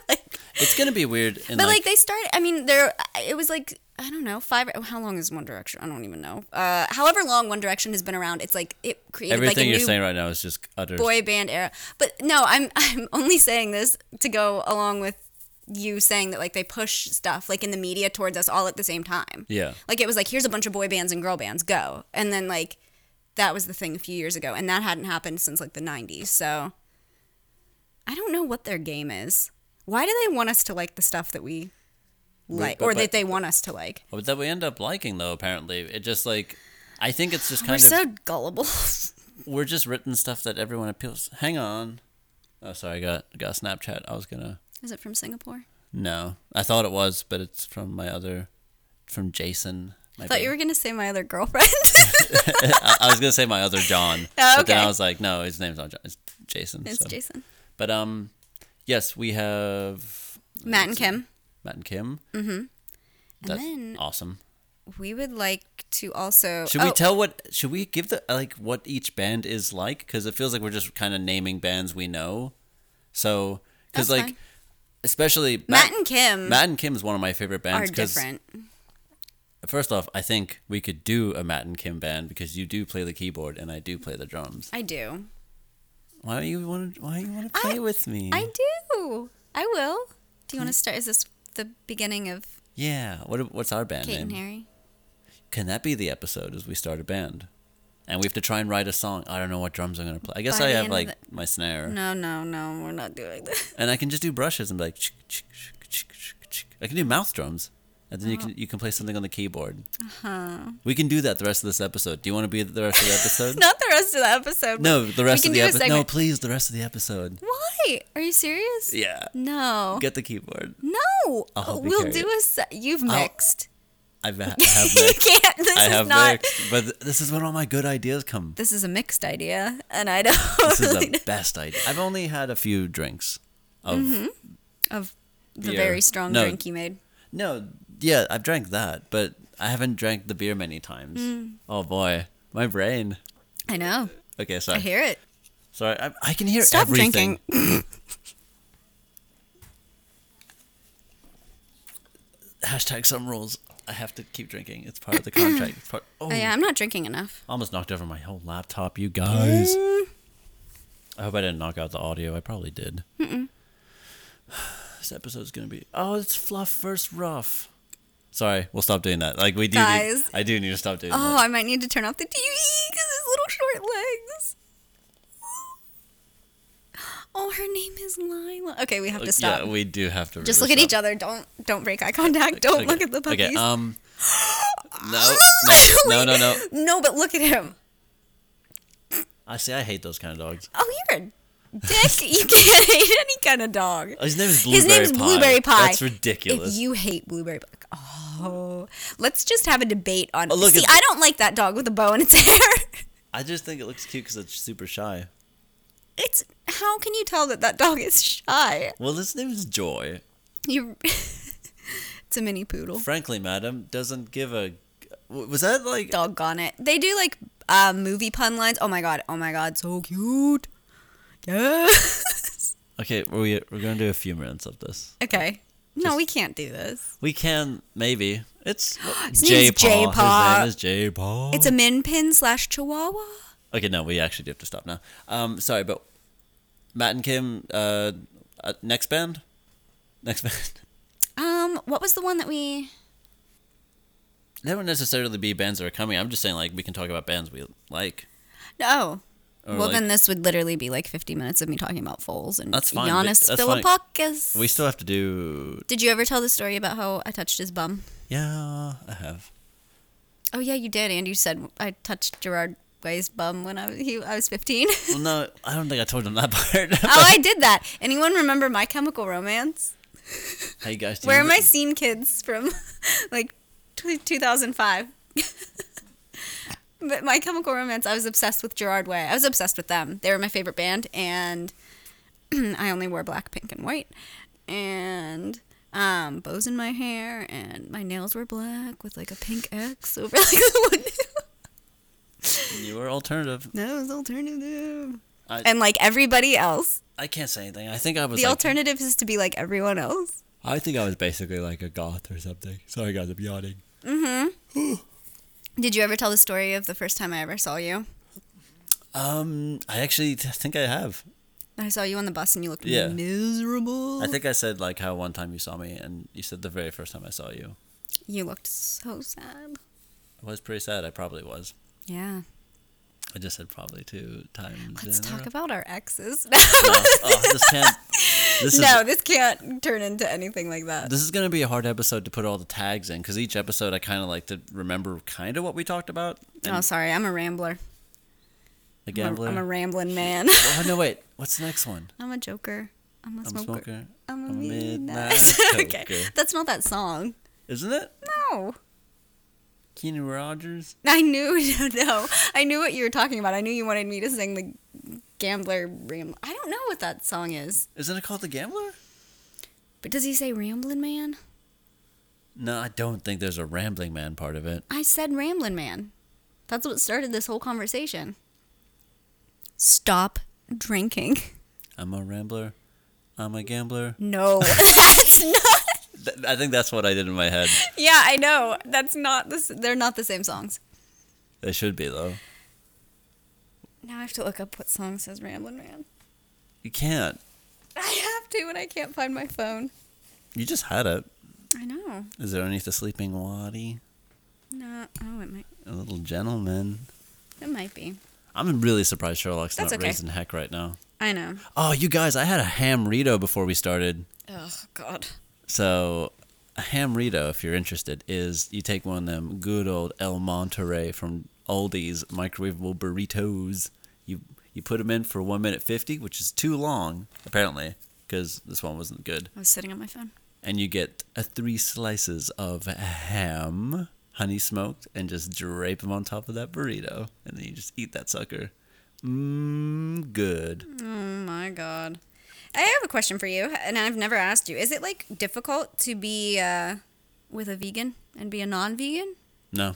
Speaker 1: like,
Speaker 2: It's going to be weird. In,
Speaker 1: but
Speaker 2: like,
Speaker 1: like they started i mean there it was like i don't know five oh, how long is one direction i don't even know uh however long one direction has been around it's like it created
Speaker 2: everything
Speaker 1: like a
Speaker 2: you're
Speaker 1: new
Speaker 2: saying right now is just utter.
Speaker 1: boy band era but no i'm i'm only saying this to go along with you saying that like they push stuff like in the media towards us all at the same time
Speaker 2: Yeah.
Speaker 1: like it was like here's a bunch of boy bands and girl bands go and then like that was the thing a few years ago and that hadn't happened since like the 90s so i don't know what their game is why do they want us to like the stuff that we like
Speaker 2: but-
Speaker 1: or
Speaker 2: but-
Speaker 1: that they want us to like
Speaker 2: But that we end up liking, though, apparently. It just, like, I think it's just kind
Speaker 1: Oh, we're
Speaker 2: of.
Speaker 1: so gullible
Speaker 2: we're just written stuff that everyone appeals. Hang on. Oh, sorry, I got got Snapchat. I was gonna.
Speaker 1: is it from singapore
Speaker 2: No, I thought it was, but it's from my other, from Jason. my
Speaker 1: i thought you
Speaker 2: bad.
Speaker 1: were gonna say my other girlfriend
Speaker 2: I, I was gonna say my other John,
Speaker 1: Oh,
Speaker 2: but then I
Speaker 1: okay.
Speaker 2: was like, no, his name's not John. It's Jason.
Speaker 1: it's
Speaker 2: so.
Speaker 1: jason
Speaker 2: But um, yes, we have
Speaker 1: matt and kim
Speaker 2: Matt and Kim.
Speaker 1: and
Speaker 2: That's
Speaker 1: then
Speaker 2: awesome.
Speaker 1: we would like to also
Speaker 2: Should
Speaker 1: oh,
Speaker 2: we tell what? Should we give the like what each band is like? Because it feels like we're just kind of naming bands we know. So because
Speaker 1: That's
Speaker 2: like,
Speaker 1: fine.
Speaker 2: especially
Speaker 1: matt and kim
Speaker 2: Matt and Kim is one of my favorite
Speaker 1: are
Speaker 2: bands because
Speaker 1: different
Speaker 2: first off, I think we could do a Matt and Kim band because you do play the keyboard and I do play the drums.
Speaker 1: i do
Speaker 2: Why you want to? Why you want to play with me?
Speaker 1: I do. I will. Do you want to
Speaker 2: Hmm.
Speaker 1: start? Is this the beginning of
Speaker 2: yeah. What? What's our band
Speaker 1: Kate
Speaker 2: name?
Speaker 1: and Harry?
Speaker 2: Can that be the episode as we start a band? And we have to try and write a song. I don't know what drums I'm gonna play. I guess
Speaker 1: By
Speaker 2: I
Speaker 1: the
Speaker 2: have
Speaker 1: end of
Speaker 2: like
Speaker 1: the-
Speaker 2: my snare,
Speaker 1: No, no, no. We're not doing that.
Speaker 2: and I can just do brushes and be like. Chick, chick, chick, chick, chick, chick. I can do mouth drums, and then you
Speaker 1: Oh.
Speaker 2: can you can play something on the keyboard. Uh-huh. We can do that the rest of this episode. Do you want to be the rest of the episode?
Speaker 1: not the rest of the episode.
Speaker 2: No, the rest
Speaker 1: can
Speaker 2: of the
Speaker 1: do a
Speaker 2: episode. No,
Speaker 1: segment.
Speaker 2: please, the rest of the episode.
Speaker 1: Why? Are you serious?
Speaker 2: Yeah.
Speaker 1: No.
Speaker 2: Get the keyboard.
Speaker 1: No.
Speaker 2: I'll help you
Speaker 1: we'll
Speaker 2: carry
Speaker 1: do a. Se- you've mixed.
Speaker 2: I've, I have
Speaker 1: you
Speaker 2: mixed.
Speaker 1: can't. This
Speaker 2: I
Speaker 1: is
Speaker 2: have
Speaker 1: not.
Speaker 2: mixed. But th- this is when all my good ideas come.
Speaker 1: This is a mixed idea, and I don't
Speaker 2: This is
Speaker 1: really
Speaker 2: the
Speaker 1: know
Speaker 2: best idea. I've only had a few drinks. Of
Speaker 1: of the
Speaker 2: Yeah.
Speaker 1: very strong
Speaker 2: No.
Speaker 1: drink you made.
Speaker 2: no, yeah, I've drank that, but I haven't drank the beer many times.
Speaker 1: Mm.
Speaker 2: Oh boy, my brain.
Speaker 1: I know.
Speaker 2: Okay,
Speaker 1: I
Speaker 2: sorry.
Speaker 1: hear it.
Speaker 2: sorry, I, I can hear
Speaker 1: Stop
Speaker 2: Uh, everything.
Speaker 1: drinking.
Speaker 2: Hashtag some rules. I have to keep drinking. It's part of the contract. It's part. Oh,
Speaker 1: Oh, yeah, I'm not drinking enough.
Speaker 2: almost knocked over my whole laptop, you guys.
Speaker 1: Eh.
Speaker 2: I hope I didn't knock out the audio. I probably did. This episode's gonna be oh, it's fluff versus rough. Sorry, we'll stop doing that. Like we do. need-
Speaker 1: Guys.
Speaker 2: I do need to stop doing
Speaker 1: Oh,
Speaker 2: that.
Speaker 1: I might need to turn off the TV because his little short legs. Oh, her name is Lila. Okay, we have to stop.
Speaker 2: Yeah, we do have to.
Speaker 1: Just look at each other. Don't don't break eye contact. Don't look at the puppies.
Speaker 2: Okay. Um. No. No. No. No. no.
Speaker 1: No, but look at him.
Speaker 2: I see. I hate those kind of dogs.
Speaker 1: Oh, you're a dick. you can't hate any kind of dog.
Speaker 2: Oh, his name is Blueberry
Speaker 1: His name's
Speaker 2: Pie.
Speaker 1: Blueberry Pie.
Speaker 2: That's ridiculous.
Speaker 1: If you hate Blueberry Pie. Oh. Let's just have a debate on.
Speaker 2: Oh, look,
Speaker 1: See,
Speaker 2: it's-
Speaker 1: I don't like that dog with a bow in its hair.
Speaker 2: I just think it looks cute because it's super shy.
Speaker 1: It's. How can you tell that that dog is shy?
Speaker 2: Well, his name is Joy.
Speaker 1: You. it's a mini poodle.
Speaker 2: Frankly, madam, doesn't give a. w- Was that like?
Speaker 1: Doggone it. They do like uh, movie pun lines. Oh my god. Oh my god. So cute. Yeah.
Speaker 2: Okay, we we're gonna do a few minutes of this.
Speaker 1: okay. No, we can't do this.
Speaker 2: We can maybe. It's
Speaker 1: His name's
Speaker 2: Paul.
Speaker 1: J-Paw.
Speaker 2: His name is J Paul.
Speaker 1: It's a min pin slash chihuahua.
Speaker 2: Okay, no, we actually do have to stop now. Um, sorry, but Matt and Kim, uh, uh next band, next band.
Speaker 1: Um, what was the one that we.
Speaker 2: They don't necessarily be bands that are coming. I'm just saying, like, we can talk about bands we like.
Speaker 1: No.
Speaker 2: Or,
Speaker 1: well,
Speaker 2: like-
Speaker 1: then this would literally be like 50 minutes of me talking about foals and
Speaker 2: That's fine,
Speaker 1: Giannis
Speaker 2: but- that's fine.
Speaker 1: Philippakis.
Speaker 2: We still have to do.
Speaker 1: Did you ever tell the story about how I touched his bum?
Speaker 2: Yeah, I have.
Speaker 1: Oh yeah, you did, and you said I touched Gerard Way's bum when I was he, I was 15. oh,
Speaker 2: Well, no, I don't think I told them that part.
Speaker 1: I did that. Anyone remember My Chemical Romance?
Speaker 2: hey guys, do
Speaker 1: Where
Speaker 2: you
Speaker 1: are my
Speaker 2: remember-
Speaker 1: scene kids from like tw 2005? but My Chemical Romance, I was obsessed with Gerard Way. I was obsessed with them. They were my favorite band, and I only wore black, pink, and white, and um, bows in my hair, and my nails were black with like a pink X over like the one.
Speaker 2: You were alternative.
Speaker 1: That was alternative.
Speaker 2: I-
Speaker 1: and like everybody else,
Speaker 2: I can't say anything. I think I was.
Speaker 1: the
Speaker 2: like,
Speaker 1: alternative is to be like everyone else.
Speaker 2: I think I was basically like a goth or something. Sorry guys, I'm yawning.
Speaker 1: Did you ever tell the story of the first time I ever saw you?
Speaker 2: Um, I actually t- think I have.
Speaker 1: I saw you on the bus and you looked
Speaker 2: Yeah.
Speaker 1: miserable.
Speaker 2: I think I said like how one time you saw me, and you said the very first time I saw you.
Speaker 1: you looked so sad.
Speaker 2: I was pretty sad. I probably was.
Speaker 1: Yeah.
Speaker 2: I just said probably two times.
Speaker 1: Let's
Speaker 2: in a
Speaker 1: talk
Speaker 2: row.
Speaker 1: about our exes.
Speaker 2: No. Oh, this can't. This is
Speaker 1: no, this can't turn into anything like that.
Speaker 2: this is gonna be a hard episode to put all the tags in because each episode I kind of like to remember kind of what we talked about. And
Speaker 1: Oh, sorry. I'm a rambler. I'm
Speaker 2: the
Speaker 1: a-
Speaker 2: gambler.
Speaker 1: I'm a rambling man.
Speaker 2: oh no, wait. What's the next one?
Speaker 1: I'm a joker. I'm a
Speaker 2: I'm a
Speaker 1: smoker.
Speaker 2: smoker.
Speaker 1: I'm a
Speaker 2: I'm a
Speaker 1: midnight.
Speaker 2: midnight
Speaker 1: okay.
Speaker 2: joker.
Speaker 1: That's not that song.
Speaker 2: Isn't it
Speaker 1: No.
Speaker 2: Keenan Rogers?
Speaker 1: I knew, no, no, I knew what you were talking about. I knew you wanted me to sing the gambler ram. I don't know what that song is,
Speaker 2: Isn't it called the Gambler?
Speaker 1: but does he say ramblin' man?
Speaker 2: No, I don't think there's a rambling man part of it.
Speaker 1: I said ramblin' man. That's what started this whole conversation. Stop drinking.
Speaker 2: I'm a rambler. I'm a gambler.
Speaker 1: No, that's not.
Speaker 2: Th- I think that's what I did in my head.
Speaker 1: Yeah, I know. That's not this. They're not the same songs.
Speaker 2: They should be though.
Speaker 1: Now I have to look up what song says ramblin' man.
Speaker 2: You can't.
Speaker 1: I have to, and I can't find my phone.
Speaker 2: You just had it.
Speaker 1: I know.
Speaker 2: Is there underneath the sleeping wadi?
Speaker 1: No, oh, it might.
Speaker 2: A little gentleman.
Speaker 1: It might be.
Speaker 2: I'm really surprised Sherlock's
Speaker 1: That's
Speaker 2: not
Speaker 1: okay.
Speaker 2: raising heck right now.
Speaker 1: I know.
Speaker 2: Oh, you guys, I had a ham rito before we started.
Speaker 1: Oh God.
Speaker 2: So, a ham rito, if you're interested, is you take one of them good old El Monterey from Aldi's microwavable burritos. You you put them in for one minute fifty, which is too long apparently, because this one wasn't good.
Speaker 1: I was sitting on my phone.
Speaker 2: and you get uh, three slices of ham, honey smoked, and just drape them on top of that burrito, and then you just eat that sucker. Mmm, good.
Speaker 1: Oh my god. I have a question for you, and I've never asked you. Is it like difficult to be uh, with a vegan and be a non-vegan.
Speaker 2: No.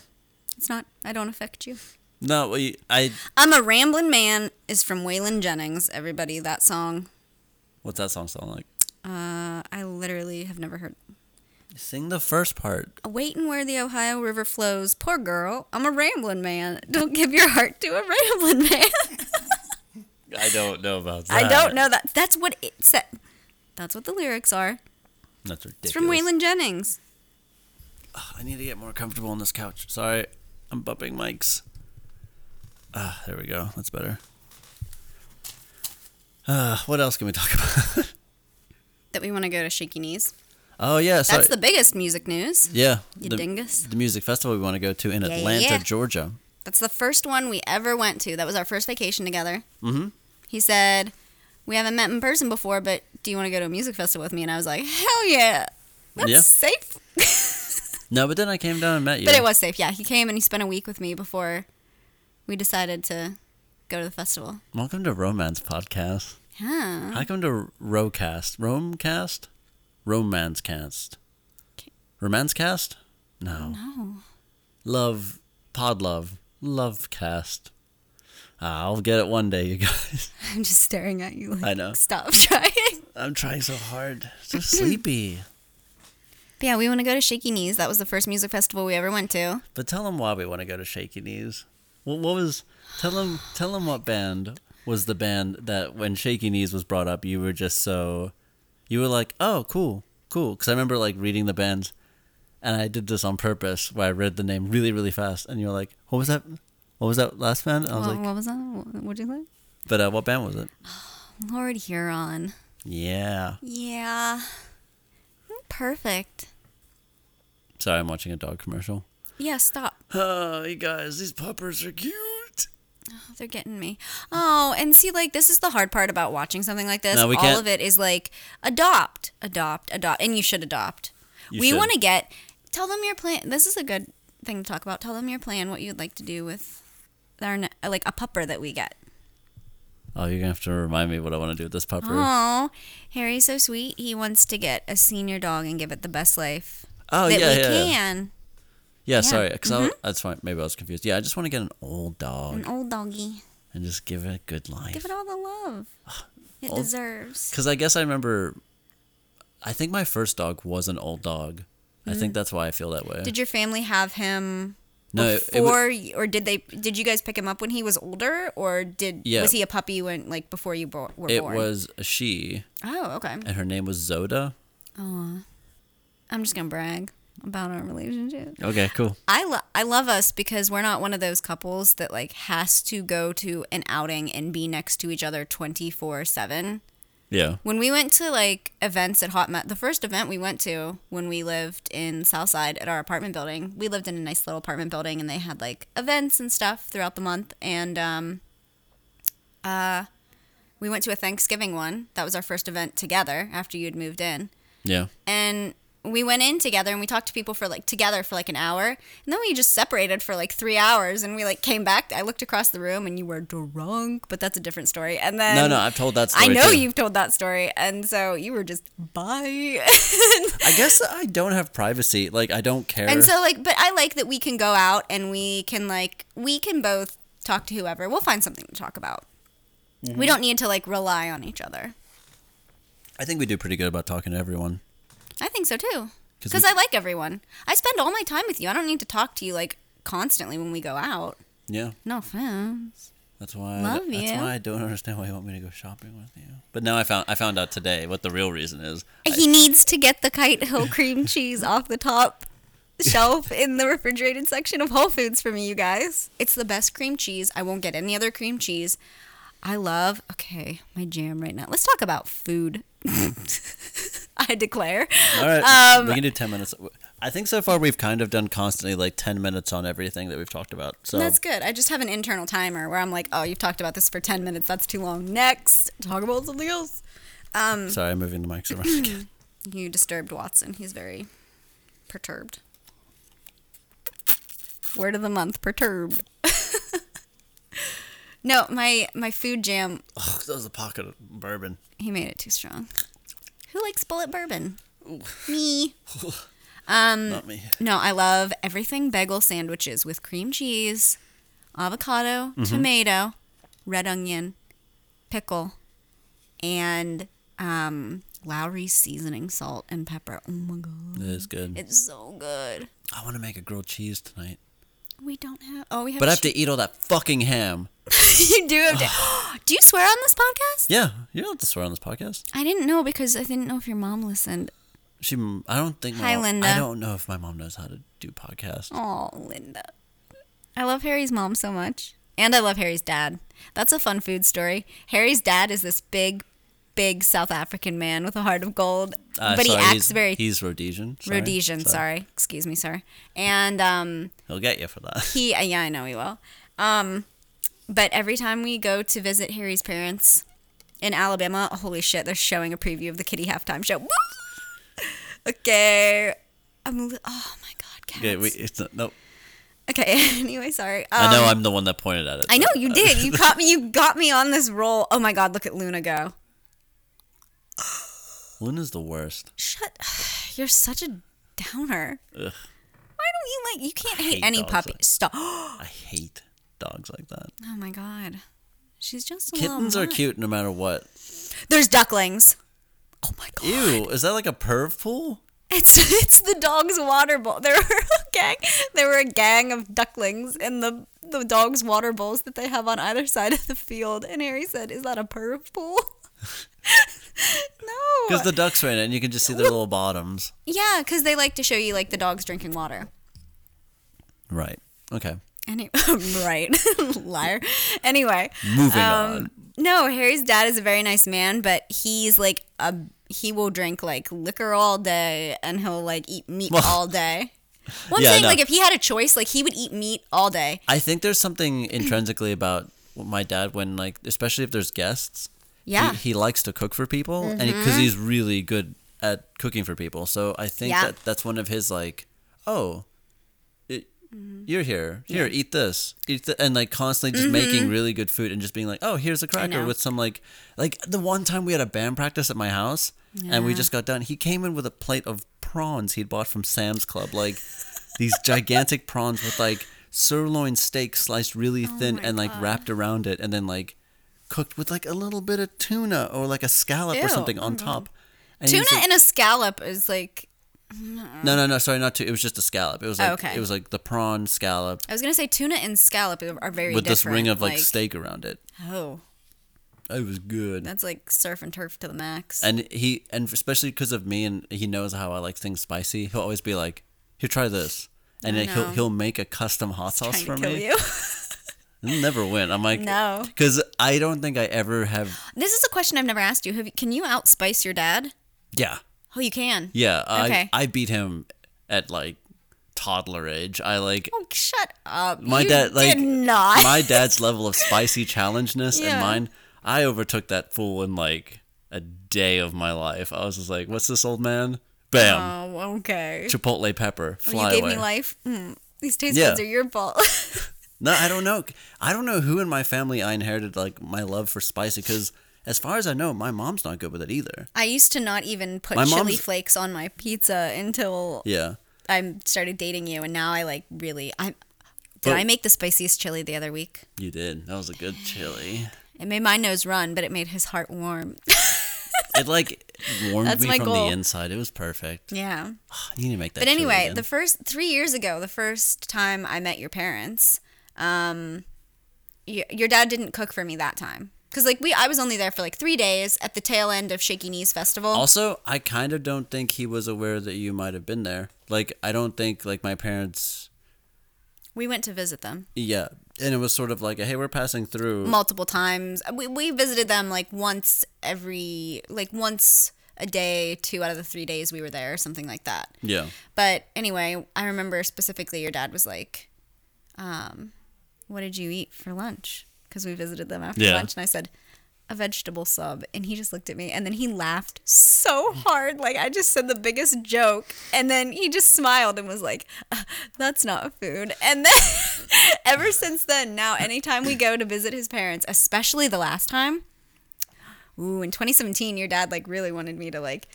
Speaker 1: It's not. I don't affect you.
Speaker 2: No, we, I.
Speaker 1: I'm a ramblin' man is from Waylon Jennings. Everybody, that song.
Speaker 2: What's that song sound like?
Speaker 1: Uh, I literally have never heard.
Speaker 2: Sing the first part.
Speaker 1: Waitin' where the Ohio River flows. Poor girl, I'm a ramblin' man. Don't give your heart to a ramblin' man.
Speaker 2: I don't know about that.
Speaker 1: I don't know that. That's what it said. That's what the lyrics are.
Speaker 2: That's ridiculous.
Speaker 1: It's from Waylon Jennings.
Speaker 2: Ugh, I need to get more comfortable on this couch. Sorry, I'm bumping mics. Ah, there we go. That's better. Uh, what else can we talk about?
Speaker 1: That we want to go to Shaky Knees.
Speaker 2: oh yeah, sorry.
Speaker 1: That's the biggest music news.
Speaker 2: yeah,
Speaker 1: You
Speaker 2: the,
Speaker 1: dingus.
Speaker 2: the music festival we want to go to in
Speaker 1: Yeah, yeah,
Speaker 2: Atlanta,
Speaker 1: yeah.
Speaker 2: Georgia.
Speaker 1: That's the first one we ever went to. That was our first vacation together. Mm-hmm. He said, "We haven't met in person before, but do you want to go to a music festival with me?" And I was like, "Hell yeah, that's
Speaker 2: Yeah.
Speaker 1: safe."
Speaker 2: No, but then I came down and met you.
Speaker 1: But it was safe. Yeah, he came and he spent a week with me before we decided to go to the festival.
Speaker 2: Welcome to Romance Podcast.
Speaker 1: Huh.
Speaker 2: Welcome to Rowcast. Romecast? Romance Cast. Romance Cast? No.
Speaker 1: No.
Speaker 2: Love Pod Love. Love Cast. Ah, I'll get it one day, you guys.
Speaker 1: I'm just staring at you. Like,
Speaker 2: I know.
Speaker 1: Stop trying.
Speaker 2: I'm trying so hard. So sleepy.
Speaker 1: But yeah, we want to go to Shaky Knees. That was the first music festival we ever went to.
Speaker 2: But tell them why we want to go to Shaky Knees. What, what was? Tell them. Tell them what band was the band that when Shaky Knees was brought up, you were just so, you were like, oh, cool, cool. Because I remember like reading the bands, and I did this on purpose where I read the name really, really fast, and you were like, what was that? What was that last band? I was
Speaker 1: What,
Speaker 2: like,
Speaker 1: what was that? What would you say?
Speaker 2: but uh, what band was it?
Speaker 1: Lord Huron.
Speaker 2: Yeah.
Speaker 1: Yeah. Perfect.
Speaker 2: Sorry, I'm watching a dog commercial.
Speaker 1: Yeah, stop.
Speaker 2: Oh, you guys, these puppers are cute.
Speaker 1: Oh, They're getting me. Oh, and see, like, this is the hard part about watching something like this.
Speaker 2: No, we
Speaker 1: All
Speaker 2: can't-
Speaker 1: of it is like adopt, adopt, adopt, and you should adopt.
Speaker 2: You
Speaker 1: we
Speaker 2: should.
Speaker 1: want to get. Tell them your plan. This is a good thing to talk about. Tell them your plan. What you'd like to do with our ne- like a pupper that we get.
Speaker 2: Oh, you're gonna have to remind me what I want to do with this pupper.
Speaker 1: Oh, Harry's so sweet. He wants to get a senior dog and give it the best life
Speaker 2: oh
Speaker 1: that
Speaker 2: yeah,
Speaker 1: we
Speaker 2: yeah. yeah.
Speaker 1: can.
Speaker 2: Yeah,
Speaker 1: Yeah. Mm-hmm.
Speaker 2: sorry, 'cause I that's fine. Maybe I was confused. Yeah, I just want to get an old dog
Speaker 1: An old doggy.
Speaker 2: and just give it a good
Speaker 1: Mm. Give
Speaker 2: life.
Speaker 1: it all the love it
Speaker 2: Old-
Speaker 1: deserves.
Speaker 2: Because I guess I remember, I think my first dog was an old dog. I think that's why I feel that way.
Speaker 1: Mm. Did your family have him
Speaker 2: no, it- it, wa-
Speaker 1: before, y or did they? Did you guys pick him up when he was older, or did
Speaker 2: Yeah.
Speaker 1: was he a puppy when like before you bo- were
Speaker 2: it
Speaker 1: born?
Speaker 2: was a she,
Speaker 1: Oh, okay.
Speaker 2: and her name was Zoda.
Speaker 1: I'm just gonna brag about our relationship.
Speaker 2: Okay, cool.
Speaker 1: I lo- I love us because we're not one of those couples that like has to go to an outing and be next to each other 24 seven.
Speaker 2: Yeah.
Speaker 1: When we went to like events at Hot Mess, the first event we went to when we lived in Southside at our apartment building, we lived in a nice little apartment building and they had like events and stuff throughout the month. And um, uh, we went to a Thanksgiving one. That was our first event together after you'd moved in.
Speaker 2: Yeah.
Speaker 1: And we went in together and we talked to people for like together for like an hour. And then we just separated for like three hours and we like came back. I looked across the room and you were drunk, but that's a different story. And then
Speaker 2: No, no, I've told that
Speaker 1: I
Speaker 2: story.
Speaker 1: know
Speaker 2: too.
Speaker 1: you've told that story, and so you were just bye.
Speaker 2: I guess I don't have privacy. Like I don't care.
Speaker 1: and so, like, but I like that we can go out and we can like we can both talk to whoever. We'll find something to talk about.
Speaker 2: Mm-hmm.
Speaker 1: We don't need to like rely on each other.
Speaker 2: I think we do pretty good about talking to everyone.
Speaker 1: I think so too,
Speaker 2: 'Cause
Speaker 1: because
Speaker 2: we-
Speaker 1: I like everyone. I spend all my time with you. I don't need to talk to you like constantly when we go out.
Speaker 2: Yeah.
Speaker 1: No offense.
Speaker 2: That's why.
Speaker 1: Love
Speaker 2: that's
Speaker 1: you.
Speaker 2: why I don't understand why you want me to go shopping with you. But now I found I found out today what the real reason is.
Speaker 1: He needs to get the Kite Hill cream cheese off the top shelf in the refrigerated section of Whole Foods for me, you guys. It's the best cream cheese. I won't get any other cream cheese. I love, okay, my jam right now. Let's talk about food. I declare.
Speaker 2: All right,
Speaker 1: Um,
Speaker 2: we can do ten minutes. I think so far we've kind of done constantly like ten minutes on everything that we've talked about. So
Speaker 1: That's good. I just have an internal timer where I'm like, oh, you've talked about this for 10 minutes. That's too long. Next, talk about something else.
Speaker 2: sorry, I'm moving the mics
Speaker 1: Mm.
Speaker 2: around again.
Speaker 1: You disturbed Watson. He's very perturbed. Word of the month, perturbed. no, my my food jam.
Speaker 2: Oh, that was a pocket of bourbon.
Speaker 1: He made it too strong. Who likes bullet bourbon? Me.
Speaker 2: Not me.
Speaker 1: No, I love everything bagel sandwiches with cream cheese, avocado, tomato, red onion, pickle, and um, Lowry's seasoning salt and pepper. Oh my god,
Speaker 2: That is good.
Speaker 1: it's so good.
Speaker 2: I want to make a grilled cheese tonight,
Speaker 1: We don't have. Oh, we have.
Speaker 2: but I have to eat all that fucking ham.
Speaker 1: you do have to. do you swear on this podcast?
Speaker 2: Yeah, you don't have to swear on this podcast.
Speaker 1: I didn't know because I didn't know if your mom listened.
Speaker 2: She, I don't think. My
Speaker 1: Hi,
Speaker 2: mom,
Speaker 1: Linda.
Speaker 2: I don't know if my mom knows how to do podcasts.
Speaker 1: Oh, Linda. I love Harry's mom so much. And I love Harry's dad. That's a fun food story. Harry's dad is this big, big South African man with a heart of gold,
Speaker 2: Uh,
Speaker 1: but
Speaker 2: sorry,
Speaker 1: he acts
Speaker 2: he's,
Speaker 1: very
Speaker 2: He's Rhodesian. Sorry,
Speaker 1: Rhodesian. Sorry. excuse me, sorry. And um,
Speaker 2: He'll get you for that.
Speaker 1: he, uh, yeah, I know he will. Um, but every time we go to visit Harry's parents in Alabama, holy shit, they're showing a preview of the Kitty halftime show. Woo! okay, I'm. li- Oh my god, cats.
Speaker 2: Okay, we, it's not, nope.
Speaker 1: Okay. Anyway, sorry. Um,
Speaker 2: I know I'm the one that pointed at it. uh,
Speaker 1: I know
Speaker 2: but-
Speaker 1: you did. You caught me. You got me on this roll. Oh my god! Look at Luna go.
Speaker 2: Luna's the worst.
Speaker 1: Shut. You're such a downer. Why don't you like? You can't hate,
Speaker 2: hate
Speaker 1: any
Speaker 2: dogs
Speaker 1: puppy.
Speaker 2: like-
Speaker 1: Stop. Oh
Speaker 2: I hate dogs like that.
Speaker 1: my god. She's just a little
Speaker 2: Kittens are
Speaker 1: mutt.
Speaker 2: cute no matter what.
Speaker 1: There's ducklings. Oh my god.
Speaker 2: Ew, is that like a perv pool?
Speaker 1: It's it's the dog's water bowl. There were a gang. There were a gang of ducklings in the the dog's water bowls that they have on either side of the field. And Harry said, "Is that a perv pool?" no.
Speaker 2: Because the ducks ran in, and you can just see their little bottoms.
Speaker 1: Yeah, because they like to show you like the dogs drinking water.
Speaker 2: Right. Okay.
Speaker 1: Any- right, liar. Anyway,
Speaker 2: Moving on.
Speaker 1: no, Harry's dad is a very nice man, but he's like a he will drink like liquor all day and he'll like eat meat
Speaker 2: Well-
Speaker 1: all day. Well, I'm
Speaker 2: Yeah, I
Speaker 1: saying
Speaker 2: know.
Speaker 1: like if he had a choice, like he would eat meat all day.
Speaker 2: I think there's something intrinsically about my dad when, like, especially if there's guests.
Speaker 1: Yeah. Mm-hmm.
Speaker 2: He, he likes to cook for people, and because he's really good at cooking for people, so I think
Speaker 1: Yeah.
Speaker 2: that that's one of his like, oh, it,
Speaker 1: Mm-hmm.
Speaker 2: you're here, here, eat this, eat th-, and like constantly just making really good food and just being like, oh, here's a cracker
Speaker 1: Mm-hmm. know.
Speaker 2: with some like, like the one time we had a band practice at my house, and we
Speaker 1: Yeah.
Speaker 2: just got done. He came in with a plate of prawns he'd bought from Sam's Club, like these gigantic prawns with like sirloin steak sliced really thin
Speaker 1: Oh my
Speaker 2: and like wrapped around it, and then like cooked with like a little bit of tuna or like a scallop
Speaker 1: Ew,
Speaker 2: or something on
Speaker 1: oh
Speaker 2: top. And he
Speaker 1: Tuna
Speaker 2: was like-
Speaker 1: and a scallop is like
Speaker 2: no, no, no. Sorry, not tuna. It was just a scallop. It was
Speaker 1: Oh,
Speaker 2: like
Speaker 1: okay.
Speaker 2: it was like the prawn scallop
Speaker 1: I was gonna say tuna and scallop are are very
Speaker 2: with this ring
Speaker 1: different,
Speaker 2: of like, steak around it.
Speaker 1: Oh,
Speaker 2: It was good.
Speaker 1: that's like surf and turf to the max.
Speaker 2: and he and especially because of me and he knows how I like things spicy. He'll always be like, "Here, try this," and then he'll
Speaker 1: know.
Speaker 2: he'll make a custom hot sauce
Speaker 1: Trying
Speaker 2: for
Speaker 1: to kill
Speaker 2: me.
Speaker 1: you.
Speaker 2: He'll never win. I'm like,
Speaker 1: No.
Speaker 2: because I don't think I ever have.
Speaker 1: This is a question I've never asked you. Have you, can you outspice your dad?
Speaker 2: Yeah,
Speaker 1: Oh, you can.
Speaker 2: yeah.
Speaker 1: Okay.
Speaker 2: I I beat him at like toddler age. I like
Speaker 1: Oh, shut up.
Speaker 2: my
Speaker 1: you
Speaker 2: dad like
Speaker 1: did not.
Speaker 2: my dad's level of spicy challengeness
Speaker 1: Yeah.
Speaker 2: and mine i overtook that fool in like a day of my life i was just like what's this old man bam
Speaker 1: oh, okay.
Speaker 2: chipotle pepper
Speaker 1: You
Speaker 2: fly
Speaker 1: gave
Speaker 2: away
Speaker 1: me life. Mm, these taste
Speaker 2: Yeah.
Speaker 1: buds are your fault.
Speaker 2: no i don't know i don't know who in my family i inherited like my love for spicy because as far as i know my mom's not good with it either
Speaker 1: I used to not even put
Speaker 2: My
Speaker 1: chili
Speaker 2: mom's-
Speaker 1: flakes on my pizza until
Speaker 2: yeah
Speaker 1: I started dating you, and now I like really. I did
Speaker 2: But-
Speaker 1: I make the spiciest chili the other week?
Speaker 2: you did that was a good chili
Speaker 1: It made my nose run, but it made his heart warm.
Speaker 2: it like warmed
Speaker 1: That's
Speaker 2: me
Speaker 1: my
Speaker 2: from
Speaker 1: goal.
Speaker 2: the inside it was perfect
Speaker 1: yeah.
Speaker 2: you need to make that
Speaker 1: But
Speaker 2: chili
Speaker 1: anyway,
Speaker 2: again.
Speaker 1: the first three years ago, the first time I met your parents, um, y- your dad didn't cook for me that time because like we, I was only there for like three days at the tail end of Shaky Knees Festival.
Speaker 2: Also, I kind of don't think he was aware that you might have been there. Like, I don't think like my parents.
Speaker 1: we went to visit them
Speaker 2: Yeah, and it was sort of like, a, hey, we're passing through.
Speaker 1: multiple times. We we visited them like once every like once a day, two out of the three days we were there, something like that.
Speaker 2: yeah,
Speaker 1: But anyway, I remember specifically your dad was like, um, "What did you eat for lunch?" Because we visited them after
Speaker 2: Yeah.
Speaker 1: lunch, and I said, "A vegetable sub," and he just looked at me, and then he laughed so hard, like I just said the biggest joke, and then he just smiled and was like, "Uh, "That's not food." And then ever since then, now anytime we go to visit his parents, especially the last time, ooh, in 2017, your dad like really wanted me to like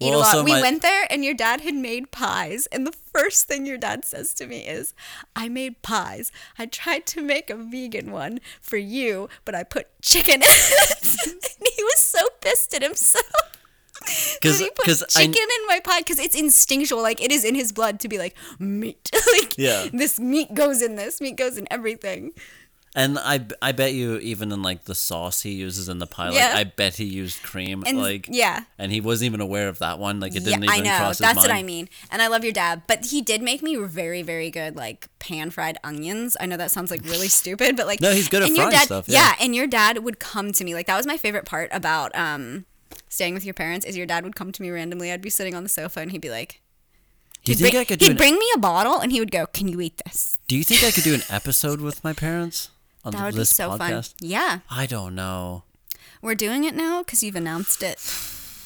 Speaker 1: eat a
Speaker 2: Well,
Speaker 1: lot.
Speaker 2: so
Speaker 1: we
Speaker 2: my-
Speaker 1: went there and your dad had made pies. And the first thing your dad says to me is, I made pies. I tried to make a vegan one for you, but I put chicken in it. and he was so pissed at himself. Because he put
Speaker 2: 'cause
Speaker 1: chicken
Speaker 2: I-
Speaker 1: in my pie because it's instinctual. Like it is in his blood to be like meat. like
Speaker 2: Yeah.
Speaker 1: this meat goes in this, meat goes in everything.
Speaker 2: And I, I bet you even in like the sauce he uses in the pie, like
Speaker 1: Yeah.
Speaker 2: I bet he used cream,
Speaker 1: And
Speaker 2: like
Speaker 1: yeah.
Speaker 2: and he wasn't even aware of that one. Like it didn't
Speaker 1: I
Speaker 2: even
Speaker 1: know.
Speaker 2: cross his
Speaker 1: That's
Speaker 2: mind.
Speaker 1: what I mean. And I love your dad, but he did make me very, very good like pan fried onions. I know that sounds like really stupid, but like
Speaker 2: No, he's good at
Speaker 1: and your
Speaker 2: frying
Speaker 1: dad-
Speaker 2: stuff, yeah.
Speaker 1: and your dad would come to me like that was my favorite part about um staying with your parents is your dad would come to me randomly. I'd be sitting on the sofa and he'd be like.
Speaker 2: Do you
Speaker 1: he'd
Speaker 2: think
Speaker 1: bring-
Speaker 2: I could do
Speaker 1: he'd
Speaker 2: an-
Speaker 1: bring me a bottle and he would go, "Can you eat this?"
Speaker 2: Do you think I could do an episode with my parents on
Speaker 1: That would be
Speaker 2: this
Speaker 1: so fun.
Speaker 2: podcast?
Speaker 1: Yeah,
Speaker 2: I don't know.
Speaker 1: we're doing it now because you've announced it.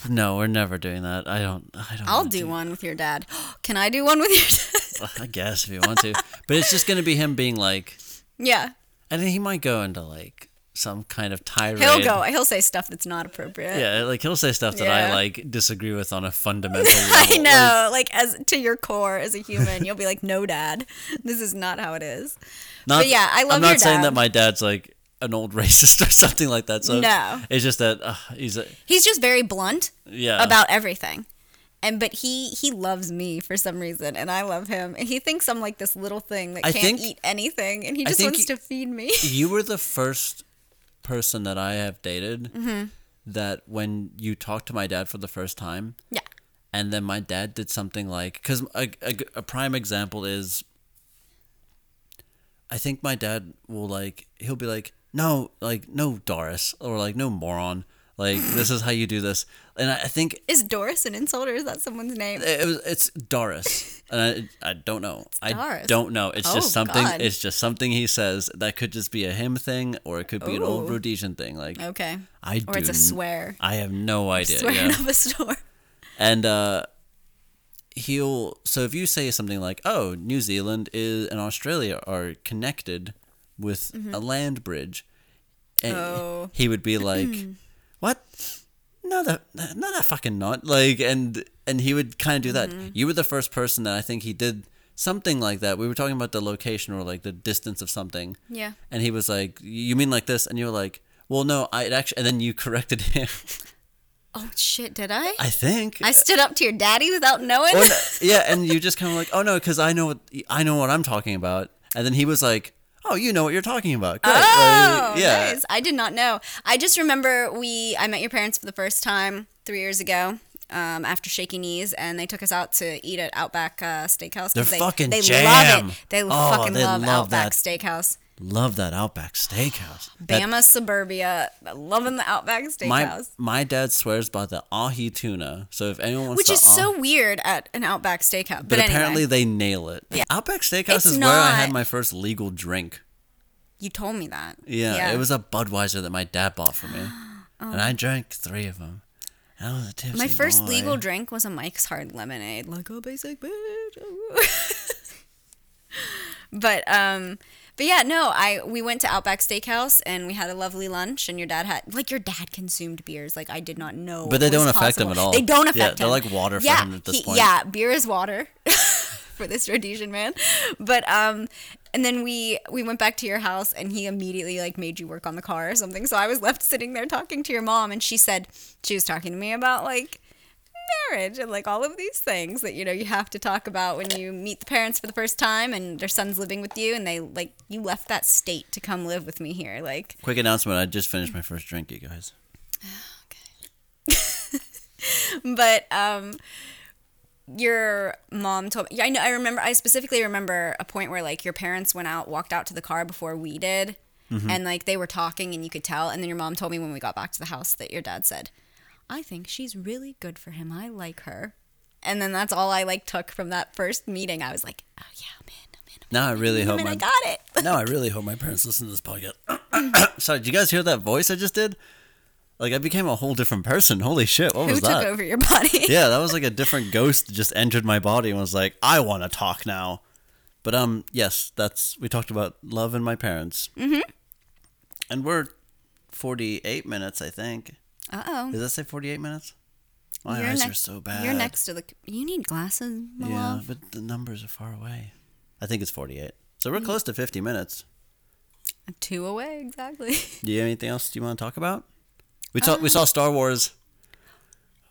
Speaker 2: No, we're never doing that. I don't. I don't.
Speaker 1: I'll
Speaker 2: wanna
Speaker 1: do one with your dad. Can I do one with your dad?
Speaker 2: I guess if you want to, but it's just gonna be him being like,
Speaker 1: yeah,
Speaker 2: and then he might go into like some kind of tirade.
Speaker 1: he'll go. He'll say stuff that's not appropriate.
Speaker 2: Yeah, like he'll say stuff that I
Speaker 1: Yeah.
Speaker 2: like disagree with on a fundamental level.
Speaker 1: I
Speaker 2: Like,
Speaker 1: know, like, as to your core as a human, you'll be like, "No, Dad, this is not how it is."
Speaker 2: not,
Speaker 1: But yeah, I love
Speaker 2: I'm not
Speaker 1: your
Speaker 2: saying
Speaker 1: dad.
Speaker 2: that my dad's like an old racist or something like that. So
Speaker 1: No.
Speaker 2: it's just that uh, he's a,
Speaker 1: He's just very blunt
Speaker 2: yeah
Speaker 1: about everything, and but he he loves me for some reason, and I love him, and he thinks I'm like this little thing that
Speaker 2: I
Speaker 1: can't
Speaker 2: think-
Speaker 1: eat anything, and he
Speaker 2: I
Speaker 1: just
Speaker 2: think
Speaker 1: wants
Speaker 2: he-
Speaker 1: to feed me.
Speaker 2: you were the first person that I have dated
Speaker 1: Mm-hmm.
Speaker 2: that when you talked to my dad for the first time,
Speaker 1: yeah,
Speaker 2: and then my dad did something like because a, a, a prime example is i think my dad will like he'll be like no like no doris or like no moron like this is how you do this and i, I think
Speaker 1: is Doris an insult or is that somene's name?
Speaker 2: it was it's doris and i, I don't know i
Speaker 1: Doris.
Speaker 2: don't know it's
Speaker 1: Oh,
Speaker 2: just something
Speaker 1: God.
Speaker 2: it's just something he says that could just be a him thing or it could be an old
Speaker 1: Ooh.
Speaker 2: rhodesian thing like
Speaker 1: Okay,
Speaker 2: i
Speaker 1: Oh. or it's
Speaker 2: do
Speaker 1: a
Speaker 2: n-
Speaker 1: swear,
Speaker 2: i have no idea
Speaker 1: swearing
Speaker 2: yeah.
Speaker 1: of a store.
Speaker 2: And uh, he'll so if you say something like, "Oh, New Zealand is and Australia are connected with a land bridge," and
Speaker 1: Mm-hmm. Oh.
Speaker 2: he would be like, "What? No, that no, that fucking not." Like, and and he would kind of do that.
Speaker 1: Mm-hmm.
Speaker 2: You were the first person that I think he did something like that. We were talking about the location or like the distance of something.
Speaker 1: Yeah.
Speaker 2: And he was like, "You mean like this?" And you were like, "Well, no, I it actually." And then you corrected him.
Speaker 1: Oh shit, did I? I,
Speaker 2: I think
Speaker 1: stood up to your daddy without knowing.
Speaker 2: Well, no, yeah, and you just kind of like, oh no, because I know what I know what I'm talking about. And then he was like, oh, you know what you're talking about. Great.
Speaker 1: Oh,
Speaker 2: Like, yeah,
Speaker 1: nice. I did not know. I just remember we I met your parents for the first time three years ago. Um, after shaky knees, and they took us out to eat at Outback uh, Steakhouse. 'cause
Speaker 2: They're
Speaker 1: they,
Speaker 2: fucking
Speaker 1: they
Speaker 2: jam.
Speaker 1: love it. They
Speaker 2: Oh,
Speaker 1: fucking
Speaker 2: they
Speaker 1: love,
Speaker 2: love
Speaker 1: Outback
Speaker 2: that.
Speaker 1: Steakhouse.
Speaker 2: love that Outback Steakhouse. That-
Speaker 1: Bama suburbia, loving the Outback Steakhouse,
Speaker 2: my my dad swears by the ahi tuna. So if anyone wants
Speaker 1: which
Speaker 2: the
Speaker 1: is
Speaker 2: ahi-
Speaker 1: so weird at an Outback Steakhouse. But,
Speaker 2: but
Speaker 1: anyway,
Speaker 2: apparently they nail it. Outback Steakhouse
Speaker 1: It's
Speaker 2: is where I had
Speaker 1: not-
Speaker 2: my first legal drink.
Speaker 1: you told me that.
Speaker 2: Yeah, it was a Budweiser that my dad bought for me, and I drank three of them. I was a tipsy
Speaker 1: Oh. My first
Speaker 2: boy.
Speaker 1: legal drink was a Mike's Hard Lemonade, like a basic bitch. but um, but yeah, no, I we went to Outback Steakhouse and we had a lovely lunch, and your dad had like your dad consumed beers, like I did not know,
Speaker 2: But they
Speaker 1: was
Speaker 2: don't affect him
Speaker 1: possible.
Speaker 2: at all.
Speaker 1: They don't
Speaker 2: Yeah,
Speaker 1: affect him.
Speaker 2: they're like water for
Speaker 1: Yeah,
Speaker 2: him at this
Speaker 1: he-
Speaker 2: point.
Speaker 1: Yeah, beer is water for this Rhodesian man. But um. And then we we went back to your house, and he immediately like made you work on the car or something. So I was left sitting there talking to your mom, and she said she was talking to me about like marriage and like all of these things that you know you have to talk about when you meet the parents for the first time and their son's living with you and they like you left that state to come live with me here like
Speaker 2: Quick announcement: I just finished my first drink, you guys.
Speaker 1: but um your mom told me yeah, i know i remember i specifically remember a point where like your parents went out walked out to the car before we did and like they were talking and you could tell and then your mom told me when we got back to the house that your dad said i think she's really good for him i like her and then that's all i like took from that first meeting i was like oh yeah i'm in i'm in
Speaker 2: Now I really
Speaker 1: I'm
Speaker 2: hope
Speaker 1: in,
Speaker 2: my
Speaker 1: i got it
Speaker 2: No, I really hope my parents listen to this podcast. Sorry, did you guys hear that voice I just did? Like I became a whole different person. Holy shit, what
Speaker 1: who
Speaker 2: was
Speaker 1: took
Speaker 2: that?
Speaker 1: over your body
Speaker 2: Yeah, that was like a different ghost that just entered my body and was like, "I want to talk now." But um, yes, that's we talked about love and my parents. Mm-hmm. And we're forty-eight minutes, I think.
Speaker 1: uh-oh
Speaker 2: Does that say forty-eight minutes? My
Speaker 1: You're
Speaker 2: eyes
Speaker 1: next-
Speaker 2: are so bad.
Speaker 1: You're next to the. c- You need glasses, my
Speaker 2: Yeah,
Speaker 1: love.
Speaker 2: but the numbers are far away. I think it's 48. So
Speaker 1: Mm.
Speaker 2: we're close to 50 minutes.
Speaker 1: Two away, exactly.
Speaker 2: Do you have anything else you want to talk about? We saw
Speaker 1: Uh,
Speaker 2: we saw Star Wars.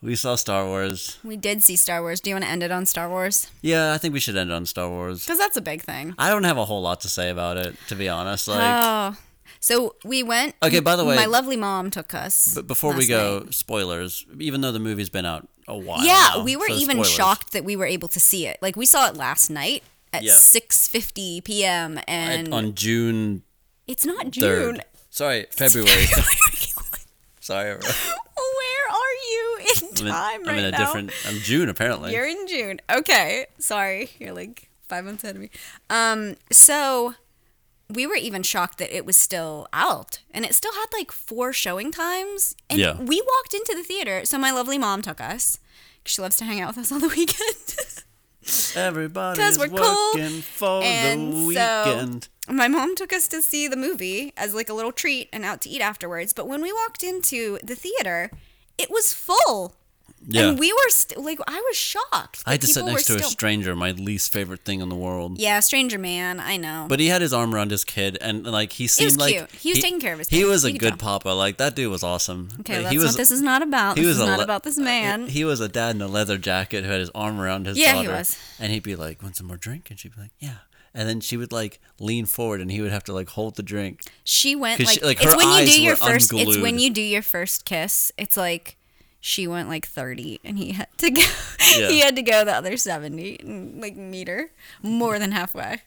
Speaker 2: We saw Star Wars.
Speaker 1: we did see Star Wars. Do you want to end it on Star Wars?
Speaker 2: Yeah, I think we should end on Star Wars.
Speaker 1: Because that's a big thing.
Speaker 2: I don't have a whole lot to say about it, to be honest. Like,
Speaker 1: oh. So we went.
Speaker 2: Okay, by the way-
Speaker 1: my lovely mom took us.
Speaker 2: but before we
Speaker 1: last
Speaker 2: go,
Speaker 1: night.
Speaker 2: spoilers. Even though the movie's been out a while.
Speaker 1: yeah,
Speaker 2: now,
Speaker 1: we were
Speaker 2: so
Speaker 1: even
Speaker 2: spoilers.
Speaker 1: shocked that we were able to see it. Like we saw it last night at
Speaker 2: Yeah.
Speaker 1: 6:50 p.m. and
Speaker 2: on June
Speaker 1: it's not June.
Speaker 2: third. Sorry, February. Sorry, I'm
Speaker 1: Where are you in
Speaker 2: in,
Speaker 1: time
Speaker 2: I'm
Speaker 1: right
Speaker 2: in a
Speaker 1: now?
Speaker 2: different. I'm June apparently.
Speaker 1: You're in June. Okay. Sorry. You're like five months ahead of me. Um, so we were even shocked that it was still out and it still had like four showing times. And
Speaker 2: Yeah.
Speaker 1: we walked into the theater. So my lovely mom took us. 'cause She loves to hang out with us on the weekend.
Speaker 2: Everybody's
Speaker 1: we're
Speaker 2: working
Speaker 1: cool,
Speaker 2: for
Speaker 1: and
Speaker 2: the
Speaker 1: so-
Speaker 2: weekend.
Speaker 1: my mom took us to see the movie as like a little treat and out to eat afterwards. But when we walked into the theater, it was full.
Speaker 2: yeah.
Speaker 1: And we were st- like, I was shocked.
Speaker 2: I had to sit
Speaker 1: People were
Speaker 2: next to a
Speaker 1: still-
Speaker 2: stranger, my least favorite thing in the world.
Speaker 1: Yeah, Stranger Man. I know.
Speaker 2: But he had his arm around his kid, and like he seemed like
Speaker 1: cute. He was taking care of his
Speaker 2: He
Speaker 1: kid.
Speaker 2: was a
Speaker 1: You could
Speaker 2: good papa. Like that dude was awesome.
Speaker 1: Okay,
Speaker 2: Like,
Speaker 1: that's
Speaker 2: he was,
Speaker 1: what this is not about.
Speaker 2: he
Speaker 1: This
Speaker 2: was
Speaker 1: is
Speaker 2: a
Speaker 1: not
Speaker 2: le-
Speaker 1: about this man.
Speaker 2: He was a dad in a leather jacket who had his arm around his
Speaker 1: Yeah, he
Speaker 2: daughter.
Speaker 1: was.
Speaker 2: And he'd be like, "Want some more drink?" And she'd be like, "Yeah." And then she would like lean forward, and he would have to like hold the drink.
Speaker 1: she went
Speaker 2: 'Cause
Speaker 1: like,
Speaker 2: she- like,
Speaker 1: it's
Speaker 2: her
Speaker 1: when you
Speaker 2: eyes
Speaker 1: do your
Speaker 2: were
Speaker 1: first. It's when
Speaker 2: unglued.
Speaker 1: you do your first kiss. It's like she went like thirty, and he had to go.
Speaker 2: Yeah.
Speaker 1: he had to go the other seventy, and like meet her more than halfway.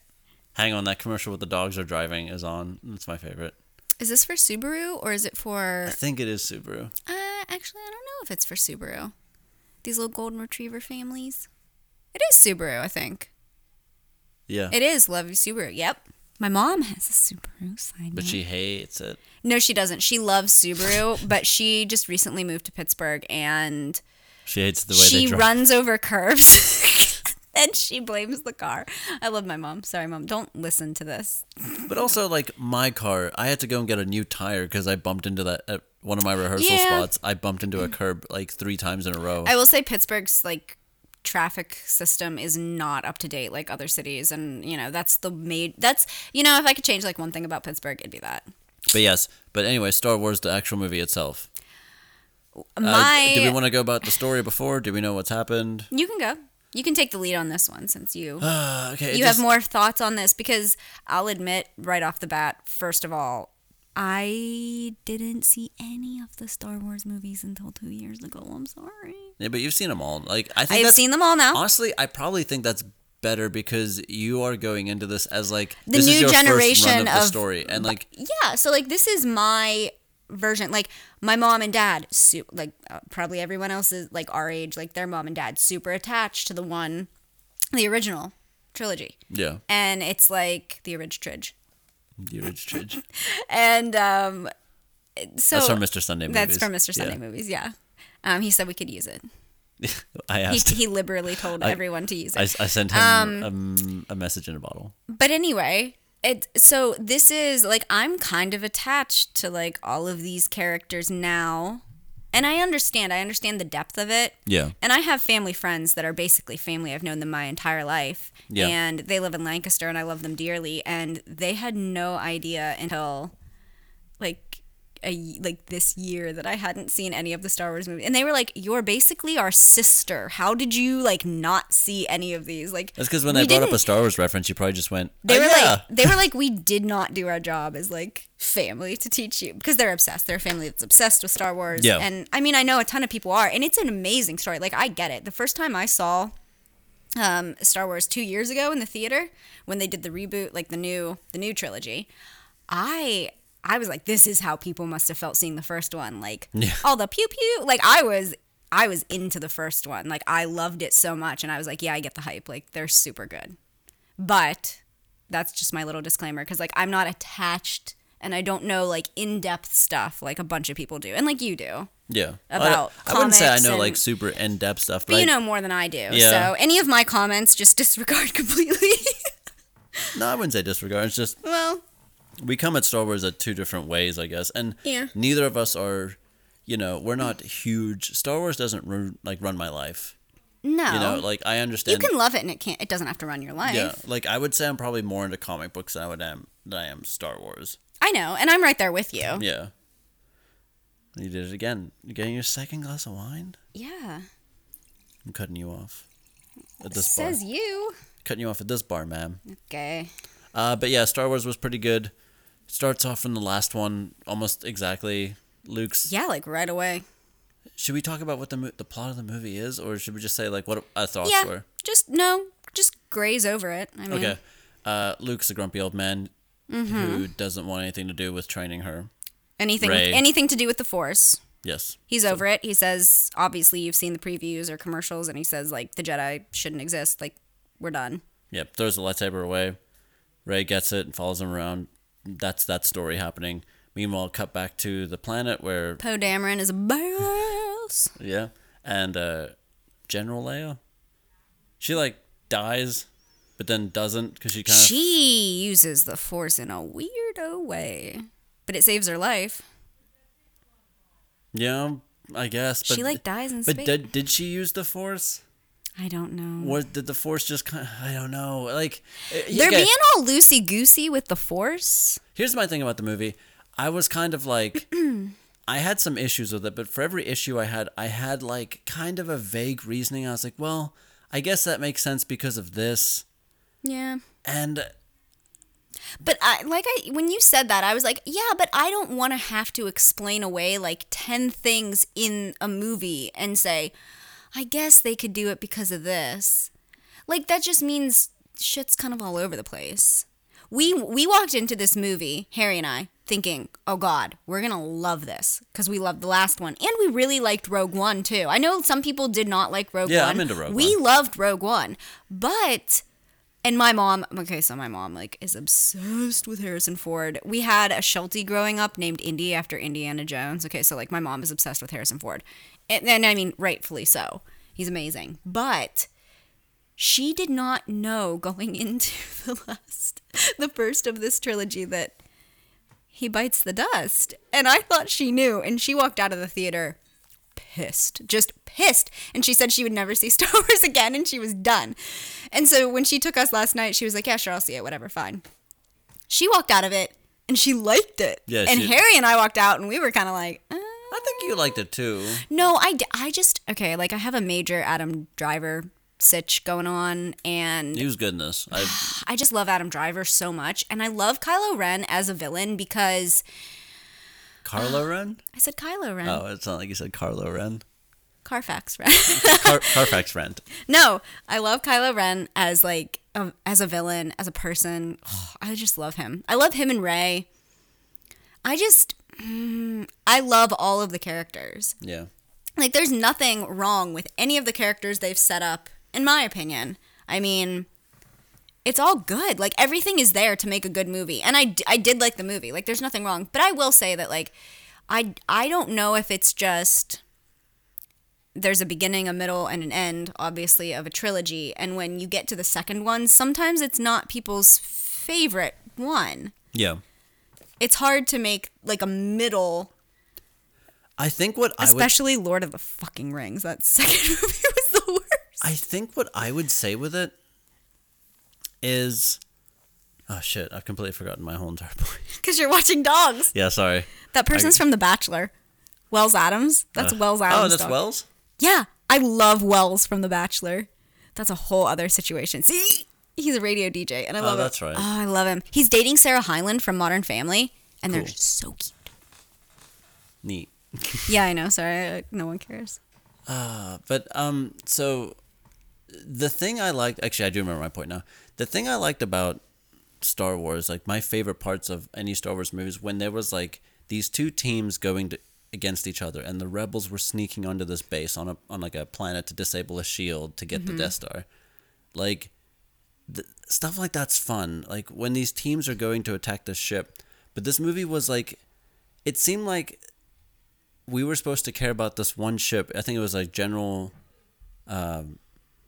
Speaker 2: Hang on, that commercial with the dogs are driving is on. That's my favorite.
Speaker 1: Is this for Subaru or is it for?
Speaker 2: I think it is Subaru.
Speaker 1: Uh, actually, I don't know if it's for Subaru. These little golden retriever families. It is Subaru, I think.
Speaker 2: Yeah,
Speaker 1: It is Love You Subaru. Yep. My mom has a Subaru. Side note.
Speaker 2: but she hates it.
Speaker 1: No, she doesn't. She loves Subaru, but she just recently moved to Pittsburgh and
Speaker 2: She hates the way they
Speaker 1: she
Speaker 2: drive.
Speaker 1: runs over curves. and she blames the car. I love my mom. Sorry, mom. Don't listen to this.
Speaker 2: But also, like my car, I had to go and get a new tire because I bumped into that at one of my rehearsal
Speaker 1: Yeah.
Speaker 2: spots. I bumped into a curb like three times in a row.
Speaker 1: I will say Pittsburgh's like traffic system is not up to date like other cities and you know that's the made that's you know if I could change like one thing about Pittsburgh it'd be that.
Speaker 2: but yes, but anyway, Star Wars, the actual movie itself. Uh,
Speaker 1: My
Speaker 2: do we want to go about the story before? Do we know what's happened?
Speaker 1: You can go. You can take the lead on this one since you
Speaker 2: Uh, okay, it
Speaker 1: you
Speaker 2: just-
Speaker 1: have more thoughts on this because I'll admit right off the bat, first of all, I didn't see any of the Star Wars movies until two years ago. I'm sorry.
Speaker 2: Yeah, but you've seen them all. Like I think
Speaker 1: I've
Speaker 2: that's,
Speaker 1: seen them all now.
Speaker 2: Honestly, I probably think that's better because you are going into this as like
Speaker 1: The
Speaker 2: this is
Speaker 1: new
Speaker 2: your first run
Speaker 1: generation
Speaker 2: of the
Speaker 1: of-
Speaker 2: story, and like
Speaker 1: Yeah. So like this is my version. Like my mom and dad, su- like uh, probably everyone else is like our age, like their mom and dad, super attached to the one, the original trilogy,
Speaker 2: yeah,
Speaker 1: and it's like the original tridge.
Speaker 2: the original. trilogy.
Speaker 1: And um, so
Speaker 2: That's from Mr. Sunday movies.
Speaker 1: That's from Mr. Sunday movies. Yeah. Um, he said we could use it.
Speaker 2: movie. I
Speaker 1: He,
Speaker 2: asked.
Speaker 1: he liberally told everyone to use it.
Speaker 2: I, I sent him um, a message in a bottle.
Speaker 1: but anyway, it so this is like I'm kind of attached to like all of these characters now. And I understand. I understand the depth of it.
Speaker 2: Yeah.
Speaker 1: And I have family friends that are basically family. I've known them my entire life.
Speaker 2: Yeah.
Speaker 1: And they live in Lancaster and I love them dearly and they had no idea until like a y- like this year that I hadn't seen any of the Star Wars movies. And they were like, "You're basically our sister. How did you like not see any of these?" Like
Speaker 2: That's because when
Speaker 1: we
Speaker 2: I brought up a
Speaker 1: didn't-
Speaker 2: Star Wars reference, you probably just went,
Speaker 1: they
Speaker 2: "Oh,
Speaker 1: were
Speaker 2: yeah.
Speaker 1: like they were like we did not do our job as like family to teach you because they're obsessed. They're a family that's obsessed with Star Wars.
Speaker 2: Yeah.
Speaker 1: And I mean, I know a ton of people are, and it's an amazing story. Like I get it. The first time I saw um, Star Wars two years ago in the theater when they did the reboot, like the new the new trilogy, I. I was like, this is how people must have felt seeing the first one. Like
Speaker 2: Yeah.
Speaker 1: all the pew pew. Like I was I was into the first one. Like I loved it so much. And I was like, yeah, I get the hype. Like they're super good. But that's just my little disclaimer because like I'm not attached and I don't know like in depth stuff like a bunch of people do and like you do.
Speaker 2: yeah. I-
Speaker 1: about
Speaker 2: I, wouldn't say I
Speaker 1: comics
Speaker 2: know like
Speaker 1: and-
Speaker 2: super in depth stuff, but,
Speaker 1: But you
Speaker 2: I-
Speaker 1: know more than I do.
Speaker 2: Yeah.
Speaker 1: So any of my comments just disregard completely.
Speaker 2: no, I wouldn't say disregard. It's just
Speaker 1: well,
Speaker 2: we come at Star Wars at two different ways, I guess, and
Speaker 1: Yeah.
Speaker 2: neither of us are. you know, we're not huge. Star Wars doesn't run, like run my life.
Speaker 1: No.
Speaker 2: You know, like I
Speaker 1: Oh. you
Speaker 2: understand.
Speaker 1: can love it and it can't it doesn't have to run your life.
Speaker 2: yeah, like I would say I'm probably more into comic books than I would am than I am Star Wars.
Speaker 1: I know, and I'm right there with you.
Speaker 2: Yeah. You did it again. You're getting your second glass of wine.
Speaker 1: Yeah.
Speaker 2: I'm cutting you off. At this bar.
Speaker 1: Says you.
Speaker 2: Cutting you off at this bar, ma'am.
Speaker 1: Okay.
Speaker 2: Uh, but yeah, Star Wars was pretty good. Starts off in the last one almost exactly. Luke's.
Speaker 1: Yeah, like right away.
Speaker 2: Should we talk about what the mo- the plot of the movie is, or should we just say like what our thoughts
Speaker 1: yeah.
Speaker 2: were?
Speaker 1: Just no, just graze over it. I mean,
Speaker 2: Okay. Uh, Luke's a grumpy old man
Speaker 1: Mm-hmm.
Speaker 2: who doesn't want anything to do with training her.
Speaker 1: anything
Speaker 2: Ray.
Speaker 1: anything to do with the force.
Speaker 2: Yes.
Speaker 1: He's over it. He says, obviously you've seen the previews or commercials and he says like the Jedi shouldn't exist, like we're done.
Speaker 2: Yep. Throws the lightsaber away. Ray gets it and follows him around. That's that story happening. Meanwhile, cut back to the planet where
Speaker 1: Poe Dameron is a boss.
Speaker 2: yeah, and uh, General Leia, she like dies, but then doesn't because she kind of
Speaker 1: she uses the force in a weirdo way. But it saves her life.
Speaker 2: Yeah, I guess. But
Speaker 1: she like dies in
Speaker 2: But
Speaker 1: space.
Speaker 2: did did she use the force?
Speaker 1: I don't know.
Speaker 2: Or did the force just kind? Of, I don't know. Like eh,
Speaker 1: They're
Speaker 2: okay,
Speaker 1: being all loosey goosey with the force.
Speaker 2: Here's my thing about the movie. I was kind of like. I had some issues with it, but for every issue I had, I had like kind of a vague reasoning. I was like, well, I guess that makes sense because of this.
Speaker 1: Yeah.
Speaker 2: And
Speaker 1: But I like I when you said that I was like, yeah, but I don't want to have to explain away like 10 things in a movie and say, I guess they could do it because of this. Like that just means shit's kind of all over the place. We we walked into this movie, Harry and I, thinking, "Oh god, we're going to love this because we loved the last one and we really liked Rogue One too." I know some people did not like Rogue
Speaker 2: Yeah,
Speaker 1: One.
Speaker 2: I'm into Rogue
Speaker 1: we loved Rogue One. But and my mom, okay, so my mom like is obsessed with Harrison Ford. We had a Sheltie growing up named Indy after Indiana Jones. Okay, so like my mom is obsessed with Harrison Ford. And then I mean, rightfully so. He's amazing. But she did not know going into the last the first of this trilogy that he bites the dust. And I thought she knew and she walked out of the theater pissed, just pissed. And she said she would never see Star Wars again and she was done. And so when she took us last night, she was like, Yeah, sure, I'll see it, whatever, fine. She walked out of it and she liked it.
Speaker 2: Yeah,
Speaker 1: and
Speaker 2: she-
Speaker 1: Harry and I walked out and we were kind of like, uh,
Speaker 2: I think you liked it too.
Speaker 1: no, I, d- I just, okay, like I have a major Adam Driver sitch going on and
Speaker 2: He was good in this. I,
Speaker 1: I just love Adam Driver so much. And I love Kylo Ren as a villain because
Speaker 2: Carlo Ren?
Speaker 1: I said Kylo Ren,
Speaker 2: Oh, it's not like you said Carlo Ren.
Speaker 1: Carfax Ren.
Speaker 2: Car- Carfax Ren.
Speaker 1: no, I love Kylo Ren as like a, as a villain, as a person. I just love him. I love him and Ray. I just mm, I love all of the characters.
Speaker 2: Yeah.
Speaker 1: Like there's nothing wrong with any of the characters they've set up in my opinion. I mean, it's all good. Like everything is there to make a good movie. And I, d- I did like the movie. Like there's nothing wrong. But I will say that like I I don't know if it's just there's a beginning, a middle, and an end, obviously, of a trilogy. And when you get to the second one, sometimes it's not people's favorite one.
Speaker 2: Yeah.
Speaker 1: It's hard to make like a middle,
Speaker 2: I think what I would
Speaker 1: especially Lord of the Fucking Rings. That second movie was the worst.
Speaker 2: I think what I would say with it is, oh shit, I've completely forgotten my whole entire point.
Speaker 1: Because you're watching dogs.
Speaker 2: yeah, sorry.
Speaker 1: That person's from The Bachelor. Wells Adams. That's Wells Adams.
Speaker 2: oh, that's
Speaker 1: dog.
Speaker 2: Wells.
Speaker 1: Yeah, I love Wells from The Bachelor. That's a whole other situation. See, he's a radio DJ, and I love
Speaker 2: that's
Speaker 1: him.
Speaker 2: right.
Speaker 1: Oh, I love him. He's dating Sarah Hyland from Modern Family, and they're
Speaker 2: Cool.
Speaker 1: just so cute.
Speaker 2: Neat.
Speaker 1: Yeah, I know. Sorry, I- no one cares.
Speaker 2: But um, so the thing I liked, actually, I do remember my point now. The thing I liked about Star Wars, like my favorite parts of any Star Wars movies, when there was like these two teams going to against each other, and the rebels were sneaking onto this base on a on like a planet to disable a shield to get the Death Star, like. th- Stuff like that's fun. Like when these teams are going to attack the ship, but this movie was like, it seemed like we were supposed to care about this one ship. I think it was like General um,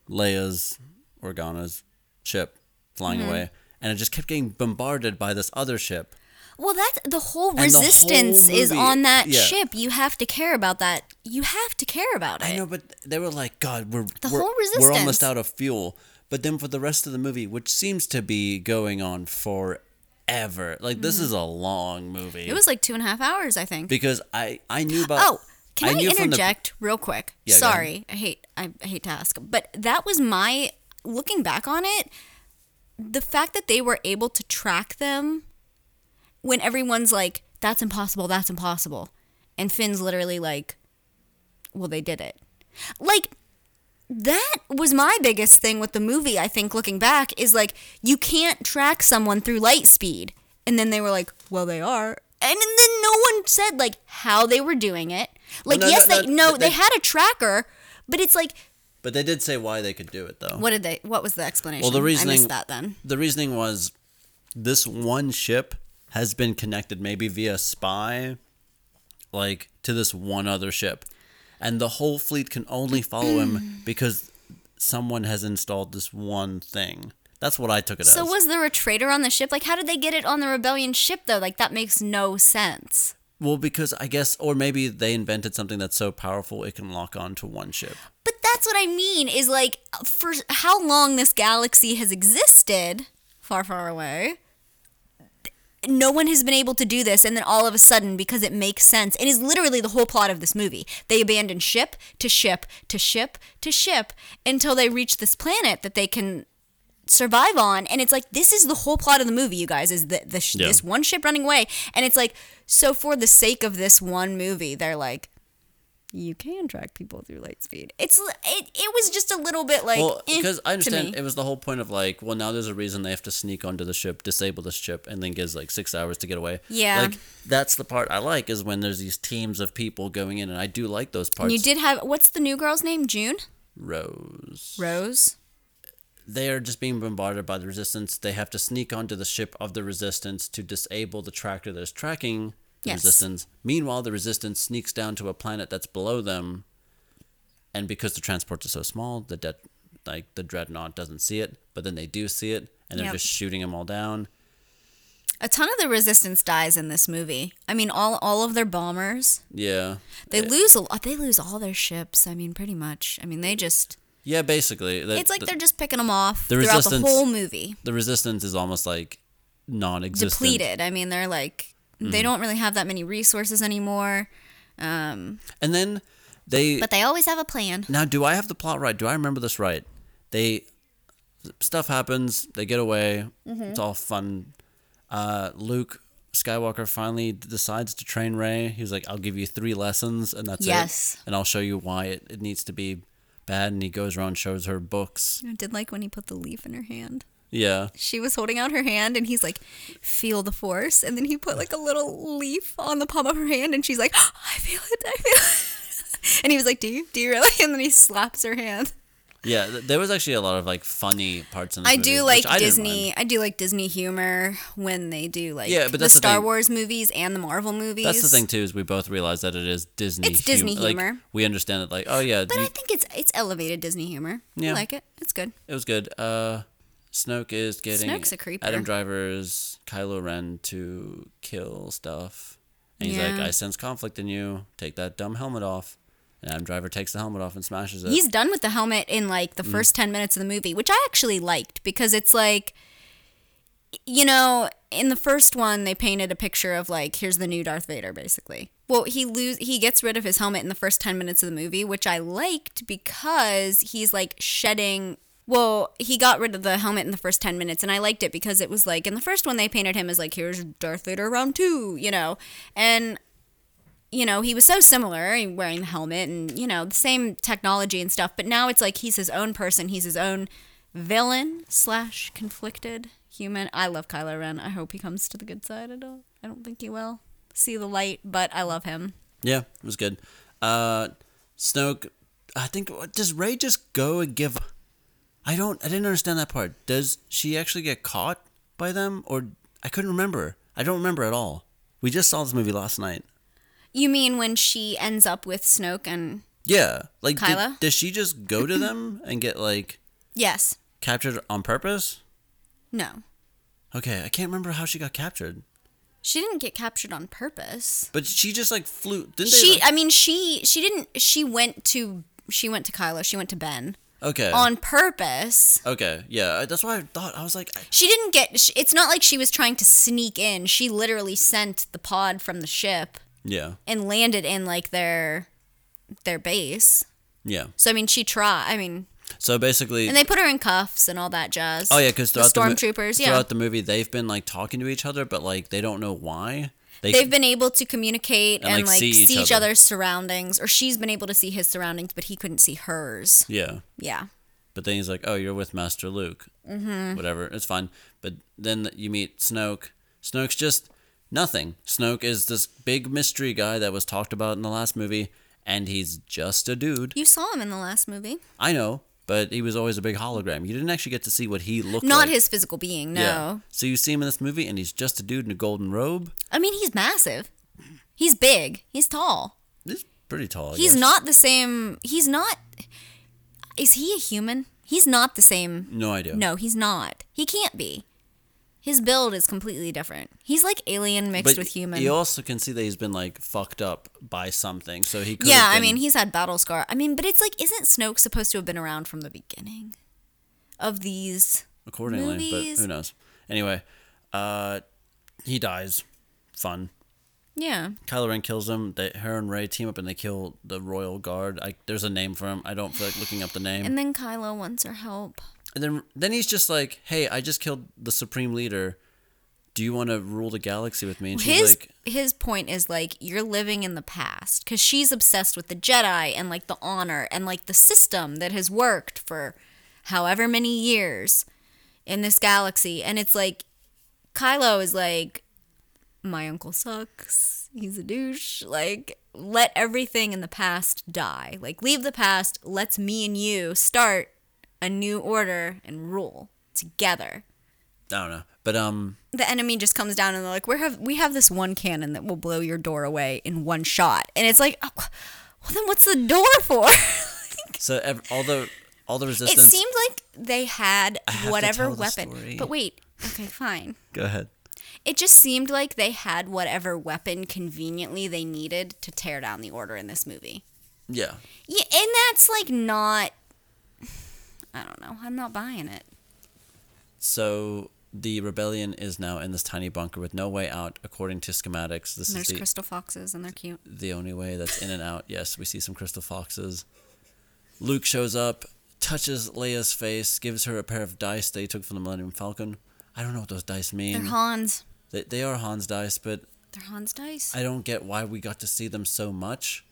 Speaker 2: Leia's
Speaker 1: Mm-hmm.
Speaker 2: Organa's ship flying away, and it just kept getting bombarded by this other ship.
Speaker 1: Well, that's the whole
Speaker 2: the whole
Speaker 1: resistance is
Speaker 2: movie-
Speaker 1: on that
Speaker 2: yeah.
Speaker 1: ship. You have to care about that. You have to care about it.
Speaker 2: I know, but they were like, God, we're
Speaker 1: The
Speaker 2: we're,
Speaker 1: whole
Speaker 2: we're
Speaker 1: resistance.
Speaker 2: almost out of fuel. But then for the rest of the movie, which seems to be going on forever, like this is a long movie.
Speaker 1: Mm-hmm. It was like two and a half hours, I think.
Speaker 2: because I I knew about
Speaker 1: Oh, can I,
Speaker 2: knew from the-
Speaker 1: interject real quick?
Speaker 2: Yeah, go ahead.
Speaker 1: Sorry, I hate I hate to ask, but that was my looking back on it. The fact that they were able to track them when everyone's like, "That's impossible, that's impossible," and Finn's literally like, "Well, they did it." Like that was my biggest thing with the movie. I think looking back is like you can't track someone through light speed, and then they were like, "Well, they are," and then no one said like how they were doing it. Like
Speaker 2: no,
Speaker 1: yes,
Speaker 2: no,
Speaker 1: they
Speaker 2: no,
Speaker 1: no, they
Speaker 2: they-
Speaker 1: had a tracker, but it's like
Speaker 2: but they did say why they could do it though.
Speaker 1: what did they? What was the explanation?
Speaker 2: Well, the
Speaker 1: I
Speaker 2: reasoning
Speaker 1: missed that then.
Speaker 2: the reasoning was this one ship has been connected maybe via spy, like to this one other ship, and the whole fleet can only follow him because someone has installed this one thing. That's what I took it
Speaker 1: So
Speaker 2: as.
Speaker 1: was there a traitor on the ship? Like how did they get it on the rebellion ship though? Like that makes no sense.
Speaker 2: well, because I guess, or maybe they invented something that's so powerful it can lock on to one ship.
Speaker 1: But that's what I mean is like for how long this galaxy has existed, far, far away, no one has been able to do this. And then all of a sudden, because it makes sense, it is literally the whole plot of this movie. They abandon ship to ship to ship to ship until they reach this planet that they can survive on and it's like this is the whole plot of the movie you guys is that this,
Speaker 2: Yeah.
Speaker 1: this one ship running away and it's like so for the sake of this one movie they're like you can track people through light speed it's l- it, it was just a little bit like
Speaker 2: Well,
Speaker 1: eh,
Speaker 2: because
Speaker 1: to
Speaker 2: I
Speaker 1: me.
Speaker 2: understand it was the whole point of like, well, now there's a reason they have to sneak onto the ship, disable the ship, and then gives like six hours to get away.
Speaker 1: Yeah.
Speaker 2: like that's the part I like is when there's these teams of people going in, and I do like those parts.
Speaker 1: you did have what's the new girl's name june
Speaker 2: Rose,
Speaker 1: rose
Speaker 2: they are just being bombarded by the resistance. They have to sneak onto the ship of the resistance to disable the tractor that is tracking the
Speaker 1: Yes.
Speaker 2: resistance. Meanwhile, the resistance sneaks down to a planet that's below them, and because the transports are so small, the de- like the dreadnought doesn't see it, but then they do see it, and they're
Speaker 1: Yep.
Speaker 2: just shooting them all down.
Speaker 1: a ton of the resistance dies in this movie i mean all all of their bombers
Speaker 2: Yeah.
Speaker 1: they lose a lot they lose all their ships i mean pretty much i mean they just
Speaker 2: Yeah, basically. The,
Speaker 1: it's like
Speaker 2: the,
Speaker 1: they're just picking them off
Speaker 2: the
Speaker 1: throughout the
Speaker 2: resistance-
Speaker 1: whole movie
Speaker 2: the resistance is almost like non existent.
Speaker 1: depleted. I mean, they're like
Speaker 2: Mm.
Speaker 1: they don't really have that many resources anymore,
Speaker 2: And then they
Speaker 1: but they always have a plan.
Speaker 2: Now, do I have the plot right? Do I remember this right? They stuff happens. They get away.
Speaker 1: Mm-hmm.
Speaker 2: It's all fun. Uh, Luke Skywalker finally decides to train Ray. He's like, "I'll give you three lessons, and that's
Speaker 1: Yes.
Speaker 2: it. And I'll show you why it, it needs to be bad." And he goes around, shows her books.
Speaker 1: I did like when he put the leaf in her hand.
Speaker 2: Yeah,
Speaker 1: She was holding out her hand, and he's like, "Feel the force," and then he put like a little leaf on the palm of her hand, and she's like, "I feel it, I feel it." And he was like, "Do you? Do you really?" And then he slaps her hand.
Speaker 2: yeah. th- There was actually a lot of like funny parts in. This
Speaker 1: I
Speaker 2: movie,
Speaker 1: do
Speaker 2: which
Speaker 1: like
Speaker 2: I didn't
Speaker 1: Disney.
Speaker 2: mind.
Speaker 1: I do like Disney humor when they do like
Speaker 2: Yeah, but
Speaker 1: the
Speaker 2: that's the
Speaker 1: Star
Speaker 2: thing.
Speaker 1: Wars movies and the Marvel movies.
Speaker 2: That's the thing too is we both realize that it is Disney.
Speaker 1: It's Disney
Speaker 2: Like,
Speaker 1: humor.
Speaker 2: we understand that like oh yeah,
Speaker 1: But
Speaker 2: you-
Speaker 1: I think it's it's elevated Disney humor. I
Speaker 2: Yeah.
Speaker 1: like it. It's good.
Speaker 2: It was good. Uh, Snoke is getting
Speaker 1: Snoke's a creeper.
Speaker 2: Adam Driver's Kylo Ren to kill stuff, and he's like,
Speaker 1: Yeah.
Speaker 2: "I sense conflict in you. Take that dumb helmet off." And Adam Driver takes the helmet off and smashes it.
Speaker 1: He's done with the helmet in like the first 10 minutes of the movie, which I actually liked because it's like, you know, in the first one, they painted a picture of like, here's the new Darth Vader, basically. Well, he lose he gets rid of his helmet in the first 10 minutes of the movie, which I liked because he's like shedding. Well, he got rid of the helmet in the first 10 minutes, and I liked it because it was like, in the first one, they painted him as like, here's Darth Vader round two, you know? And you know, he was so similar and wearing the helmet and, you know, the same technology and stuff. But now it's like he's his own person. He's his own villain slash conflicted human. I love Kylo Ren. I hope he comes to the good side. I don't, I don't think he will see the light, but I love him.
Speaker 2: yeah, it was good. Uh, Snoke, I think does Ray just go and give? I don't. I didn't understand that part. Does she actually get caught by them, or I couldn't remember. I don't remember at all. We just saw this movie last night.
Speaker 1: You mean when she ends up with Snoke and.
Speaker 2: Yeah, like did-
Speaker 1: Kylo?
Speaker 2: does she just go to them and get like?
Speaker 1: Yes.
Speaker 2: captured on purpose?
Speaker 1: No.
Speaker 2: Okay, I can't remember how she got captured.
Speaker 1: She didn't get captured on purpose.
Speaker 2: But she just like flew. Didn't
Speaker 1: She,
Speaker 2: they? like-
Speaker 1: I mean, she she didn't. She went to she went to Kylo. She went to Ben
Speaker 2: okay.
Speaker 1: uh, on purpose.
Speaker 2: okay. Yeah. I- That's why I thought. I was like, I-
Speaker 1: She didn't get. sh- It's not like she was trying to sneak in. She literally sent the pod from the ship
Speaker 2: yeah.
Speaker 1: and landed in like their their base.
Speaker 2: Yeah.
Speaker 1: So I mean, she tried. I mean,
Speaker 2: So basically.
Speaker 1: and they put her in cuffs and all that jazz.
Speaker 2: oh, yeah. Because
Speaker 1: the
Speaker 2: throughout the, mo-
Speaker 1: stormtroopers, yeah,
Speaker 2: Throughout the movie, they've been like talking to each other, but like they don't know why. They,
Speaker 1: they've been able to communicate and, like, see, each,
Speaker 2: other.
Speaker 1: other's surroundings, or she's been able to see his surroundings, but he couldn't see hers.
Speaker 2: Yeah.
Speaker 1: Yeah,
Speaker 2: But then he's like, "Oh, you're with Master Luke." Mm-hmm. Whatever, it's fine. But then you meet Snoke. Snoke's just nothing. Snoke is this big mystery guy that was talked about in the last movie, and he's just a dude.
Speaker 1: you saw him in the last movie.
Speaker 2: I know, but he was always a big hologram. You didn't actually get to see what he looked
Speaker 1: Not
Speaker 2: like.
Speaker 1: his physical being. No,
Speaker 2: So you see him in this movie, and he's just a dude in a golden robe.
Speaker 1: I mean he's massive. He's big. He's tall.
Speaker 2: He's pretty tall. I
Speaker 1: He's
Speaker 2: guess.
Speaker 1: not the same. He's not. Is he a human? He's not the same.
Speaker 2: No idea.
Speaker 1: No, he's not. He can't be. His build is completely different. He's like alien mixed
Speaker 2: But
Speaker 1: with human.
Speaker 2: you also can see that he's been like fucked up by something. So he. Could
Speaker 1: yeah,
Speaker 2: have
Speaker 1: I
Speaker 2: been-
Speaker 1: mean, he's had battle scar. I mean, but it's like, isn't Snoke supposed to have been around from the beginning of these?
Speaker 2: accordingly.
Speaker 1: movies.
Speaker 2: But who knows? Anyway, uh, he dies. Fun.
Speaker 1: Yeah,
Speaker 2: Kylo Ren kills him. They, her and Ray team up and they kill the royal guard. I, there's a name for him. I don't feel like looking up the name.
Speaker 1: and then Kylo wants her help.
Speaker 2: And then then he's just like, "Hey, I just killed the supreme leader. Do you want to rule the galaxy with me?" And she's
Speaker 1: His
Speaker 2: like,
Speaker 1: his point is like you're living in the past because she's obsessed with the Jedi and like the honor and like the system that has worked for however many years in this galaxy, and it's like Kylo is like my uncle sucks. He's a douche. Like let everything in the past die. Like leave the past. Let's me and you start a new order and rule together
Speaker 2: "I don't know." But um,
Speaker 1: the enemy just comes down and they're like, "We have we have this one cannon that will blow your door away in one shot," and it's like, oh, "Well, then what's the door for?"
Speaker 2: so ev- all the all the
Speaker 1: it
Speaker 2: resistance.
Speaker 1: seemed like they had
Speaker 2: have to
Speaker 1: whatever
Speaker 2: tell the story.
Speaker 1: weapon. But wait, okay, fine.
Speaker 2: Go ahead.
Speaker 1: It just seemed like they had whatever weapon conveniently they needed to tear down the order in this movie.
Speaker 2: Yeah.
Speaker 1: Yeah, and that's like not. I don't know. I'm not buying it.
Speaker 2: So the rebellion is now in this tiny bunker with no way out, according to schematics.
Speaker 1: And
Speaker 2: This is
Speaker 1: there's
Speaker 2: the
Speaker 1: crystal foxes and they're cute.
Speaker 2: the only way that's in and out. Yes, we see some crystal foxes. Luke shows up, touches Leia's face, gives her a pair of dice they took from the Millennium Falcon. I don't know what those dice
Speaker 1: They're
Speaker 2: mean.
Speaker 1: Hans.
Speaker 2: they, they are Han's dice, but
Speaker 1: They're Hans dice.
Speaker 2: I don't get why we got to see them so much.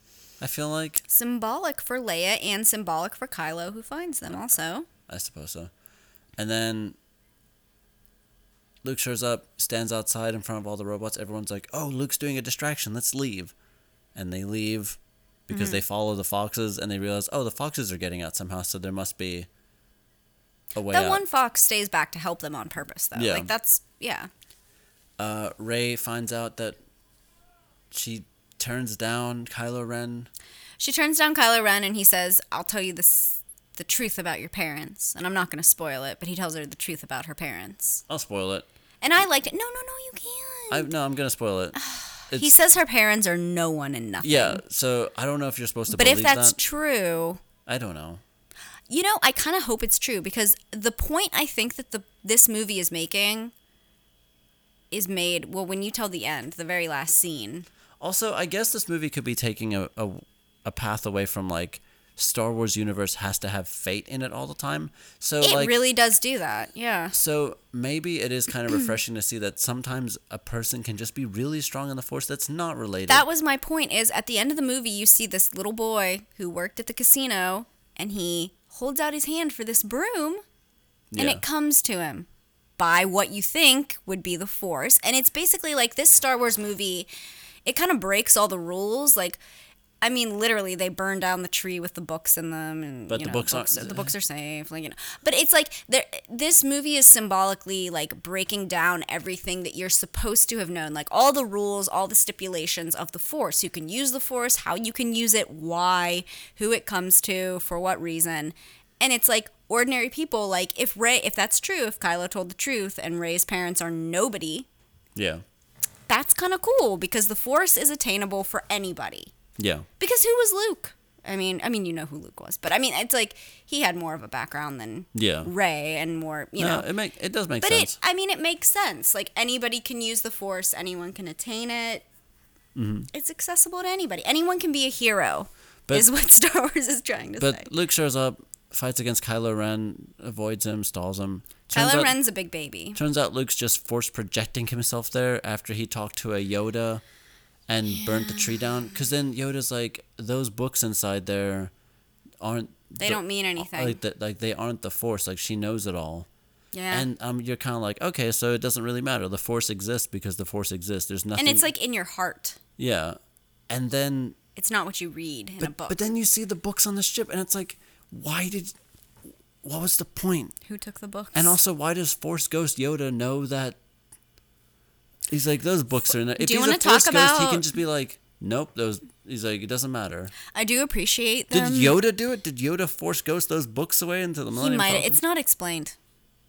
Speaker 2: I feel like
Speaker 1: symbolic for Leia and symbolic for Kylo, who finds them also.
Speaker 2: I suppose so. And then Luke shows up, stands outside in front of all the robots. Everyone's like, "Oh, Luke's doing a distraction. Let's leave." And they leave because
Speaker 1: Mm-hmm.
Speaker 2: they follow the foxes and they realize, "Oh, the foxes are getting out somehow, so there must be a way
Speaker 1: that
Speaker 2: out."
Speaker 1: one fox stays back to help them on purpose, though.
Speaker 2: Yeah.
Speaker 1: Like that's yeah.
Speaker 2: uh, Ray finds out that she turns down Kylo Ren.
Speaker 1: She turns down Kylo Ren and he says, "I'll tell you this, the truth about your parents, and I'm not going to spoil it." But he tells her the truth about her parents,
Speaker 2: I'll spoil it.
Speaker 1: and I liked it. No, no, no, you can't.
Speaker 2: I no, I'm gonna spoil it.
Speaker 1: he says her parents are no one and nothing.
Speaker 2: Yeah, so I don't know if you're supposed to
Speaker 1: But
Speaker 2: believe
Speaker 1: if that's
Speaker 2: that.
Speaker 1: true,
Speaker 2: I don't know.
Speaker 1: you know, I kind of hope it's true because the point I think that the this movie is making is made well when you tell the end, the very last scene.
Speaker 2: Also, I guess this movie could be taking a, a, a path away from like Star Wars universe has to have fate in it all the time. So
Speaker 1: It
Speaker 2: like
Speaker 1: really does do that. Yeah.
Speaker 2: so maybe it is kind of refreshing to see that sometimes a person can just be really strong in the force that's not related.
Speaker 1: That was my point is at the end of the movie you see this little boy who worked at the casino and he holds out his hand for this broom
Speaker 2: yeah.
Speaker 1: and it comes to him by what you think would be the force and it's basically like this Star Wars movie it kind of breaks all the rules like I mean literally they burn down the tree with the books in them and
Speaker 2: But
Speaker 1: you
Speaker 2: the
Speaker 1: know,
Speaker 2: books aren't-
Speaker 1: the books are safe like you know but it's like there this movie is symbolically like breaking down everything that you're supposed to have known like all the rules all the stipulations of the force who can use the force how you can use it why who it comes to for what reason and it's like ordinary people like if Ray if that's true if Kylo told the truth and Ray's parents are nobody
Speaker 2: yeah.
Speaker 1: that's kind of cool because the Force is attainable for anybody.
Speaker 2: Yeah.
Speaker 1: Because who was Luke? I mean, I mean, you know who Luke was, but I mean, it's like he had more of a background than
Speaker 2: Yeah.
Speaker 1: Ray and more, you
Speaker 2: No,
Speaker 1: know.
Speaker 2: it make it does make
Speaker 1: But
Speaker 2: sense.
Speaker 1: it, I mean, it makes sense. Like anybody can use the Force, anyone can attain it. It's accessible to anybody. Anyone can be a hero.
Speaker 2: Mm-hmm. But-
Speaker 1: is what Star Wars is trying to say.
Speaker 2: but Luke shows up, fights against Kylo Ren, avoids him, stalls him. Turns
Speaker 1: Kylo
Speaker 2: out,
Speaker 1: Ren's a big baby.
Speaker 2: Turns out Luke's just force projecting himself there after he talked to a Yoda and burnt the tree down. Because then Yoda's like, those books inside there aren't.
Speaker 1: They don't mean anything.
Speaker 2: Like, the, like they aren't the force. Like she knows it all.
Speaker 1: yeah.
Speaker 2: And um, you're kind of like, okay, so it doesn't really matter. The force exists because the force exists. There's nothing.
Speaker 1: and it's like in your heart.
Speaker 2: yeah. And then
Speaker 1: It's not what you read in a
Speaker 2: but,
Speaker 1: book.
Speaker 2: but then you see the books on the ship, and it's like, why did? What was the point?
Speaker 1: Who took the books?
Speaker 2: And also, why does Force Ghost Yoda know that? He's like, those books are. in there." If
Speaker 1: Do you
Speaker 2: he's a
Speaker 1: wanna talk
Speaker 2: Force Ghost, he
Speaker 1: about-
Speaker 2: can just be like, nope, those. He's like, it doesn't matter.
Speaker 1: I do appreciate
Speaker 2: Did
Speaker 1: them.
Speaker 2: Yoda do it? Did Yoda Force Ghost those books away into the
Speaker 1: he
Speaker 2: Millennium
Speaker 1: might.
Speaker 2: Falcon?
Speaker 1: It's not explained.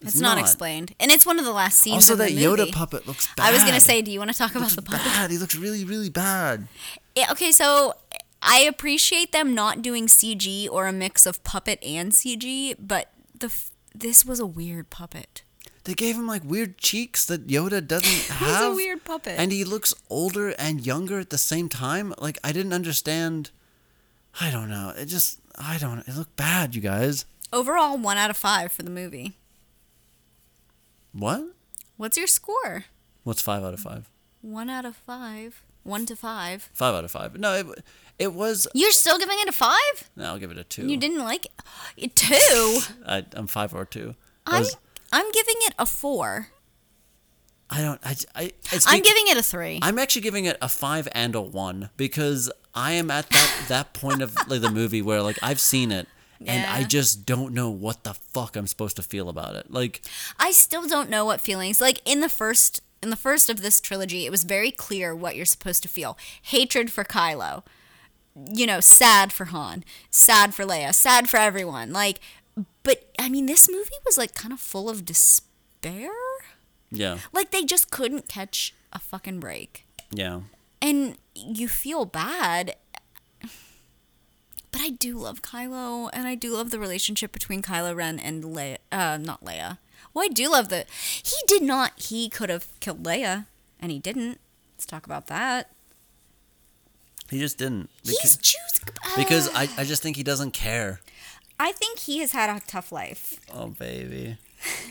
Speaker 1: It's,
Speaker 2: It's
Speaker 1: not.
Speaker 2: not.
Speaker 1: explained, and it's one of the last scenes.
Speaker 2: also
Speaker 1: of
Speaker 2: that
Speaker 1: the
Speaker 2: Yoda
Speaker 1: movie.
Speaker 2: puppet looks bad.
Speaker 1: I was gonna say, do you want to talk about the puppet?
Speaker 2: bad. He looks really, really bad.
Speaker 1: Yeah, okay, so I appreciate them not doing CG or a mix of puppet and CG, but the f- this was a weird puppet.
Speaker 2: They gave him like weird cheeks that Yoda doesn't
Speaker 1: was a
Speaker 2: have.
Speaker 1: weird puppet.
Speaker 2: And he looks older and younger at the same time. Like I didn't understand. I don't know. It just I don't. It looked bad, you guys.
Speaker 1: Overall, one out of five for the movie.
Speaker 2: What?
Speaker 1: What's your score?
Speaker 2: What's five out of five?
Speaker 1: One out of five. One to five.
Speaker 2: Five out of five. No, it, it was.
Speaker 1: You're still giving it a five?
Speaker 2: No, I'll give it a two.
Speaker 1: You didn't like it? Two.
Speaker 2: I, I'm five or two. I,
Speaker 1: I'm
Speaker 2: was,
Speaker 1: I'm giving it a four.
Speaker 2: I don't. I. I it's
Speaker 1: I'm
Speaker 2: bec-
Speaker 1: giving it a three.
Speaker 2: I'm actually giving it a five and a one because I am at that that point of like the movie where like I've seen it and I
Speaker 1: Yeah.
Speaker 2: just don't know what the fuck I'm supposed to feel about it. Like
Speaker 1: I still don't know what feelings like in the first in the first of this trilogy it was very clear what you're supposed to feel. Hatred for Kylo. You know, sad for Han, sad for Leia, sad for everyone. Like but I mean this movie was like kind of full of despair.
Speaker 2: yeah,
Speaker 1: Like they just couldn't catch a fucking break.
Speaker 2: yeah.
Speaker 1: And you feel bad. But I do love Kylo, and I do love the relationship between Kylo Ren and Leia. Uh, not Leia. Well, I do love the. He did not. He could have killed Leia, and he didn't. Let's talk about that.
Speaker 2: He just didn't
Speaker 1: He's uh,
Speaker 2: because,
Speaker 1: choosing.
Speaker 2: because I I just think he doesn't care.
Speaker 1: I think he has had a tough life.
Speaker 2: Oh baby,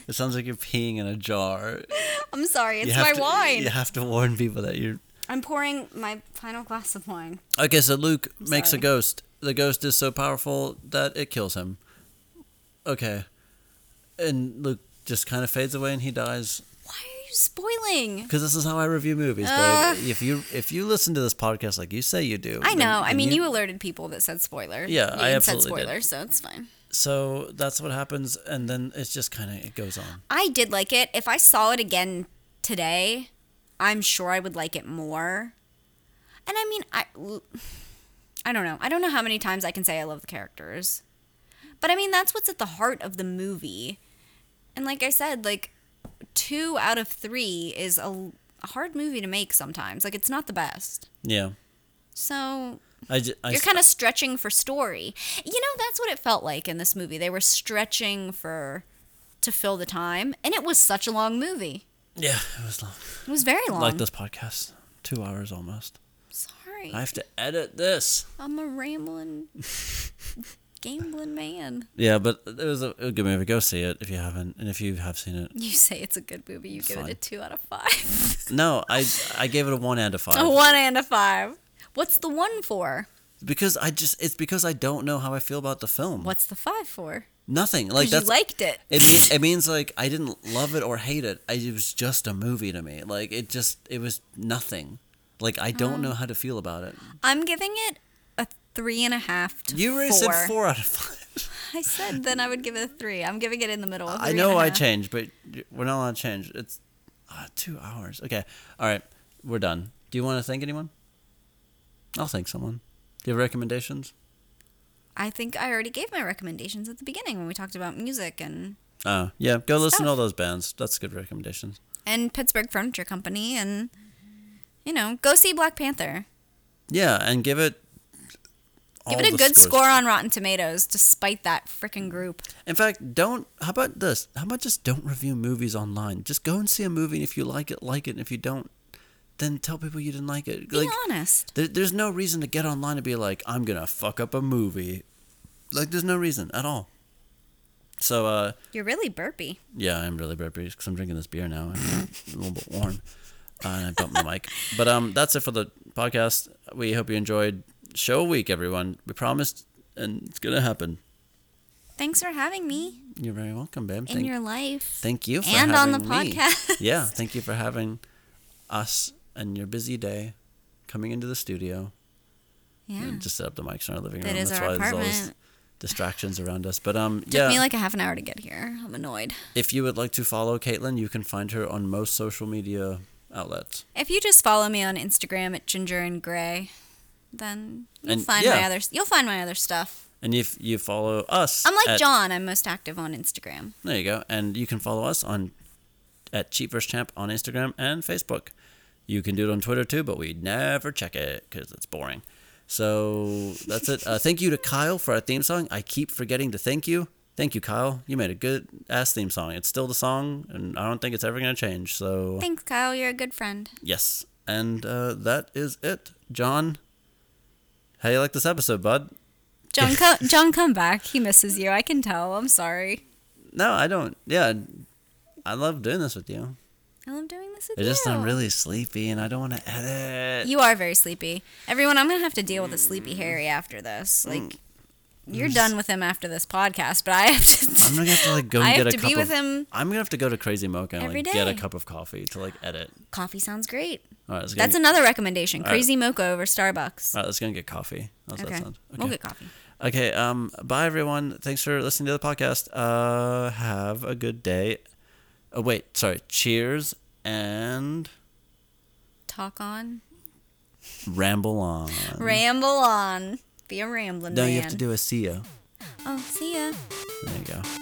Speaker 2: it sounds like you're peeing in a jar.
Speaker 1: I'm sorry.
Speaker 2: You
Speaker 1: It's
Speaker 2: have
Speaker 1: my
Speaker 2: to-
Speaker 1: wine.
Speaker 2: You have to warn people that you're
Speaker 1: I'm pouring my final glass of wine.
Speaker 2: Okay, so Luke makes
Speaker 1: sorry.
Speaker 2: a ghost. The ghost is so powerful that it kills him. Okay. And Luke just kind of fades away and he dies
Speaker 1: Why are you spoiling?
Speaker 2: because this is how I review movies, babe.
Speaker 1: Uh.
Speaker 2: if you if you listen to this podcast like you say you do,
Speaker 1: I
Speaker 2: then-
Speaker 1: know. I
Speaker 2: then
Speaker 1: mean, you, alerted people that said spoiler.
Speaker 2: Yeah,
Speaker 1: you
Speaker 2: I
Speaker 1: even said
Speaker 2: absolutely did.
Speaker 1: spoiler, so it's fine.
Speaker 2: So that's what happens, and then it's just kind of it goes on.
Speaker 1: I did like it. If I saw it again today, I'm sure I would like it more. And I mean, I I don't know. I don't know how many times I can say I love the characters. But I mean, that's what's at the heart of the movie. And like I said, like 2 out of 3 is a, l- a hard movie to make sometimes. Like it's not the best.
Speaker 2: Yeah.
Speaker 1: So,
Speaker 2: I, ju- I
Speaker 1: you're
Speaker 2: s-
Speaker 1: kind of stretching for story. You know, that's what it felt like in this movie. They were stretching for to fill the time, and it was such a long movie.
Speaker 2: yeah. It was long.
Speaker 1: It was very long.
Speaker 2: like this podcast, two hours almost.
Speaker 1: Sorry,
Speaker 2: I
Speaker 1: i
Speaker 2: have to edit this.
Speaker 1: am a rambling, gambling man.
Speaker 2: Yeah, but it was a, a good movie. Go see it if you haven't, and if you have seen it,
Speaker 1: You say it's a good movie. You give it a
Speaker 2: fine.
Speaker 1: two out of five.
Speaker 2: No, I I gave it a one out of five.
Speaker 1: a one and a five. What's the one for?
Speaker 2: Because I just it's because I don't know how I feel about the film.
Speaker 1: What's the five for?
Speaker 2: Nothing.
Speaker 1: 'Cause
Speaker 2: Like
Speaker 1: you
Speaker 2: that's
Speaker 1: liked it.
Speaker 2: it mean, it means like I didn't love it or hate it. I, it was just a movie to me. Like it just it was nothing. Like I don't
Speaker 1: Mm.
Speaker 2: know how to feel about it.
Speaker 1: I'm giving it a three and a half to
Speaker 2: You already
Speaker 1: four.
Speaker 2: said four out of five.
Speaker 1: I said then I would give it a three. I'm giving it in the middle. a
Speaker 2: I
Speaker 1: three and
Speaker 2: know
Speaker 1: a
Speaker 2: I
Speaker 1: half.
Speaker 2: changed, but we're not allowed to change. It's uh, two hours. Okay, all right, we're done. Do you want to thank anyone? I'll thank someone. Do you have recommendations?
Speaker 1: I think I already gave my recommendations at the beginning when we talked about music and
Speaker 2: Uh, yeah, go listen
Speaker 1: Stuff.
Speaker 2: to all those bands. That's good recommendations.
Speaker 1: and Pittsburgh Furniture Company and you know, go see Black Panther.
Speaker 2: Yeah, and give it. all
Speaker 1: Give it a
Speaker 2: the
Speaker 1: good
Speaker 2: scores.
Speaker 1: score on Rotten Tomatoes, despite that freaking group.
Speaker 2: In fact, don't. How about this? How about just don't review movies online? Just go and see a movie, and if you like it, like it. And if you don't, then tell people you didn't like it.
Speaker 1: Be
Speaker 2: like,
Speaker 1: honest.
Speaker 2: there, there's no reason to get online and be like, I'm gonna fuck up a movie. Like, there's no reason at all. So, uh,
Speaker 1: You're really burpy.
Speaker 2: yeah, I'm really burpy because I'm drinking this beer now. and It's a little bit warm, uh, and I bumped my mic. But um, that's it for the podcast. We hope you enjoyed show week, everyone. We promised, and it's gonna happen.
Speaker 1: Thanks for having me
Speaker 2: You're very welcome, babe.
Speaker 1: in your life.
Speaker 2: Thank you for
Speaker 1: And on the
Speaker 2: having me.
Speaker 1: podcast.
Speaker 2: Yeah, thank you for having us and your busy day coming into the studio
Speaker 1: Yeah.
Speaker 2: and just set up the mics in our living
Speaker 1: That
Speaker 2: room.
Speaker 1: is
Speaker 2: That's
Speaker 1: our
Speaker 2: why there's all these
Speaker 1: apartment.
Speaker 2: distractions around us. But um
Speaker 1: Took
Speaker 2: yeah,
Speaker 1: me like a half an hour to get here. I'm annoyed.
Speaker 2: if you would like to follow Caitlin, you can find her on most social media outlets.
Speaker 1: If you just follow me on Instagram at ginger and gray, then you'll
Speaker 2: And-
Speaker 1: find my
Speaker 2: yeah.
Speaker 1: other you'll find my other stuff.
Speaker 2: And if you follow us
Speaker 1: I'm like
Speaker 2: at-
Speaker 1: John. I'm most active on Instagram.
Speaker 2: There you go. And you can follow us on at Cheap vs. Champ on Instagram and Facebook. You can do it on Twitter too, but we never check it because it's boring. So that's it. Uh, thank you to Kyle for our theme song. I keep forgetting to thank you. Thank you, Kyle. You made a good ass theme song. It's still the song, and I don't think it's ever going to change. So,
Speaker 1: Thanks, Kyle. You're a good friend.
Speaker 2: yes. And uh, that is it. John, how you like this episode, bud?
Speaker 1: John, co- John, come back. He misses you. I can tell. I'm sorry.
Speaker 2: No, I don't. Yeah, I love doing this with you.
Speaker 1: I love doing this with
Speaker 2: It's
Speaker 1: you.
Speaker 2: just I'm really sleepy and I don't want to edit.
Speaker 1: You are very sleepy. Everyone, I'm gonna have to deal with a sleepy Harry after this.
Speaker 2: Mm.
Speaker 1: Like, you're done with him after this podcast, but I have to.
Speaker 2: I'm gonna have to like go and
Speaker 1: I
Speaker 2: get
Speaker 1: have
Speaker 2: a
Speaker 1: to
Speaker 2: cup
Speaker 1: be
Speaker 2: of.
Speaker 1: with him.
Speaker 2: I'm gonna have to go to Crazy Mocha and
Speaker 1: every
Speaker 2: like get a
Speaker 1: day.
Speaker 2: cup of coffee to like edit.
Speaker 1: Coffee sounds great.
Speaker 2: All right, it's gonna
Speaker 1: That's
Speaker 2: get,
Speaker 1: another recommendation.
Speaker 2: right.
Speaker 1: Crazy mocha over Starbucks.
Speaker 2: all right, let's gonna get coffee. How's
Speaker 1: okay.
Speaker 2: that sound?
Speaker 1: we'll get coffee.
Speaker 2: Okay. Um. Bye, everyone. Thanks for listening to the podcast. Uh. Have a good day. Oh wait. Sorry. Cheers and
Speaker 1: Talk on.
Speaker 2: ramble on.
Speaker 1: Ramble on. Be a rambling
Speaker 2: Mm-hmm. No,
Speaker 1: man.
Speaker 2: you have to do a see ya.
Speaker 1: Oh, see ya.
Speaker 2: There you go.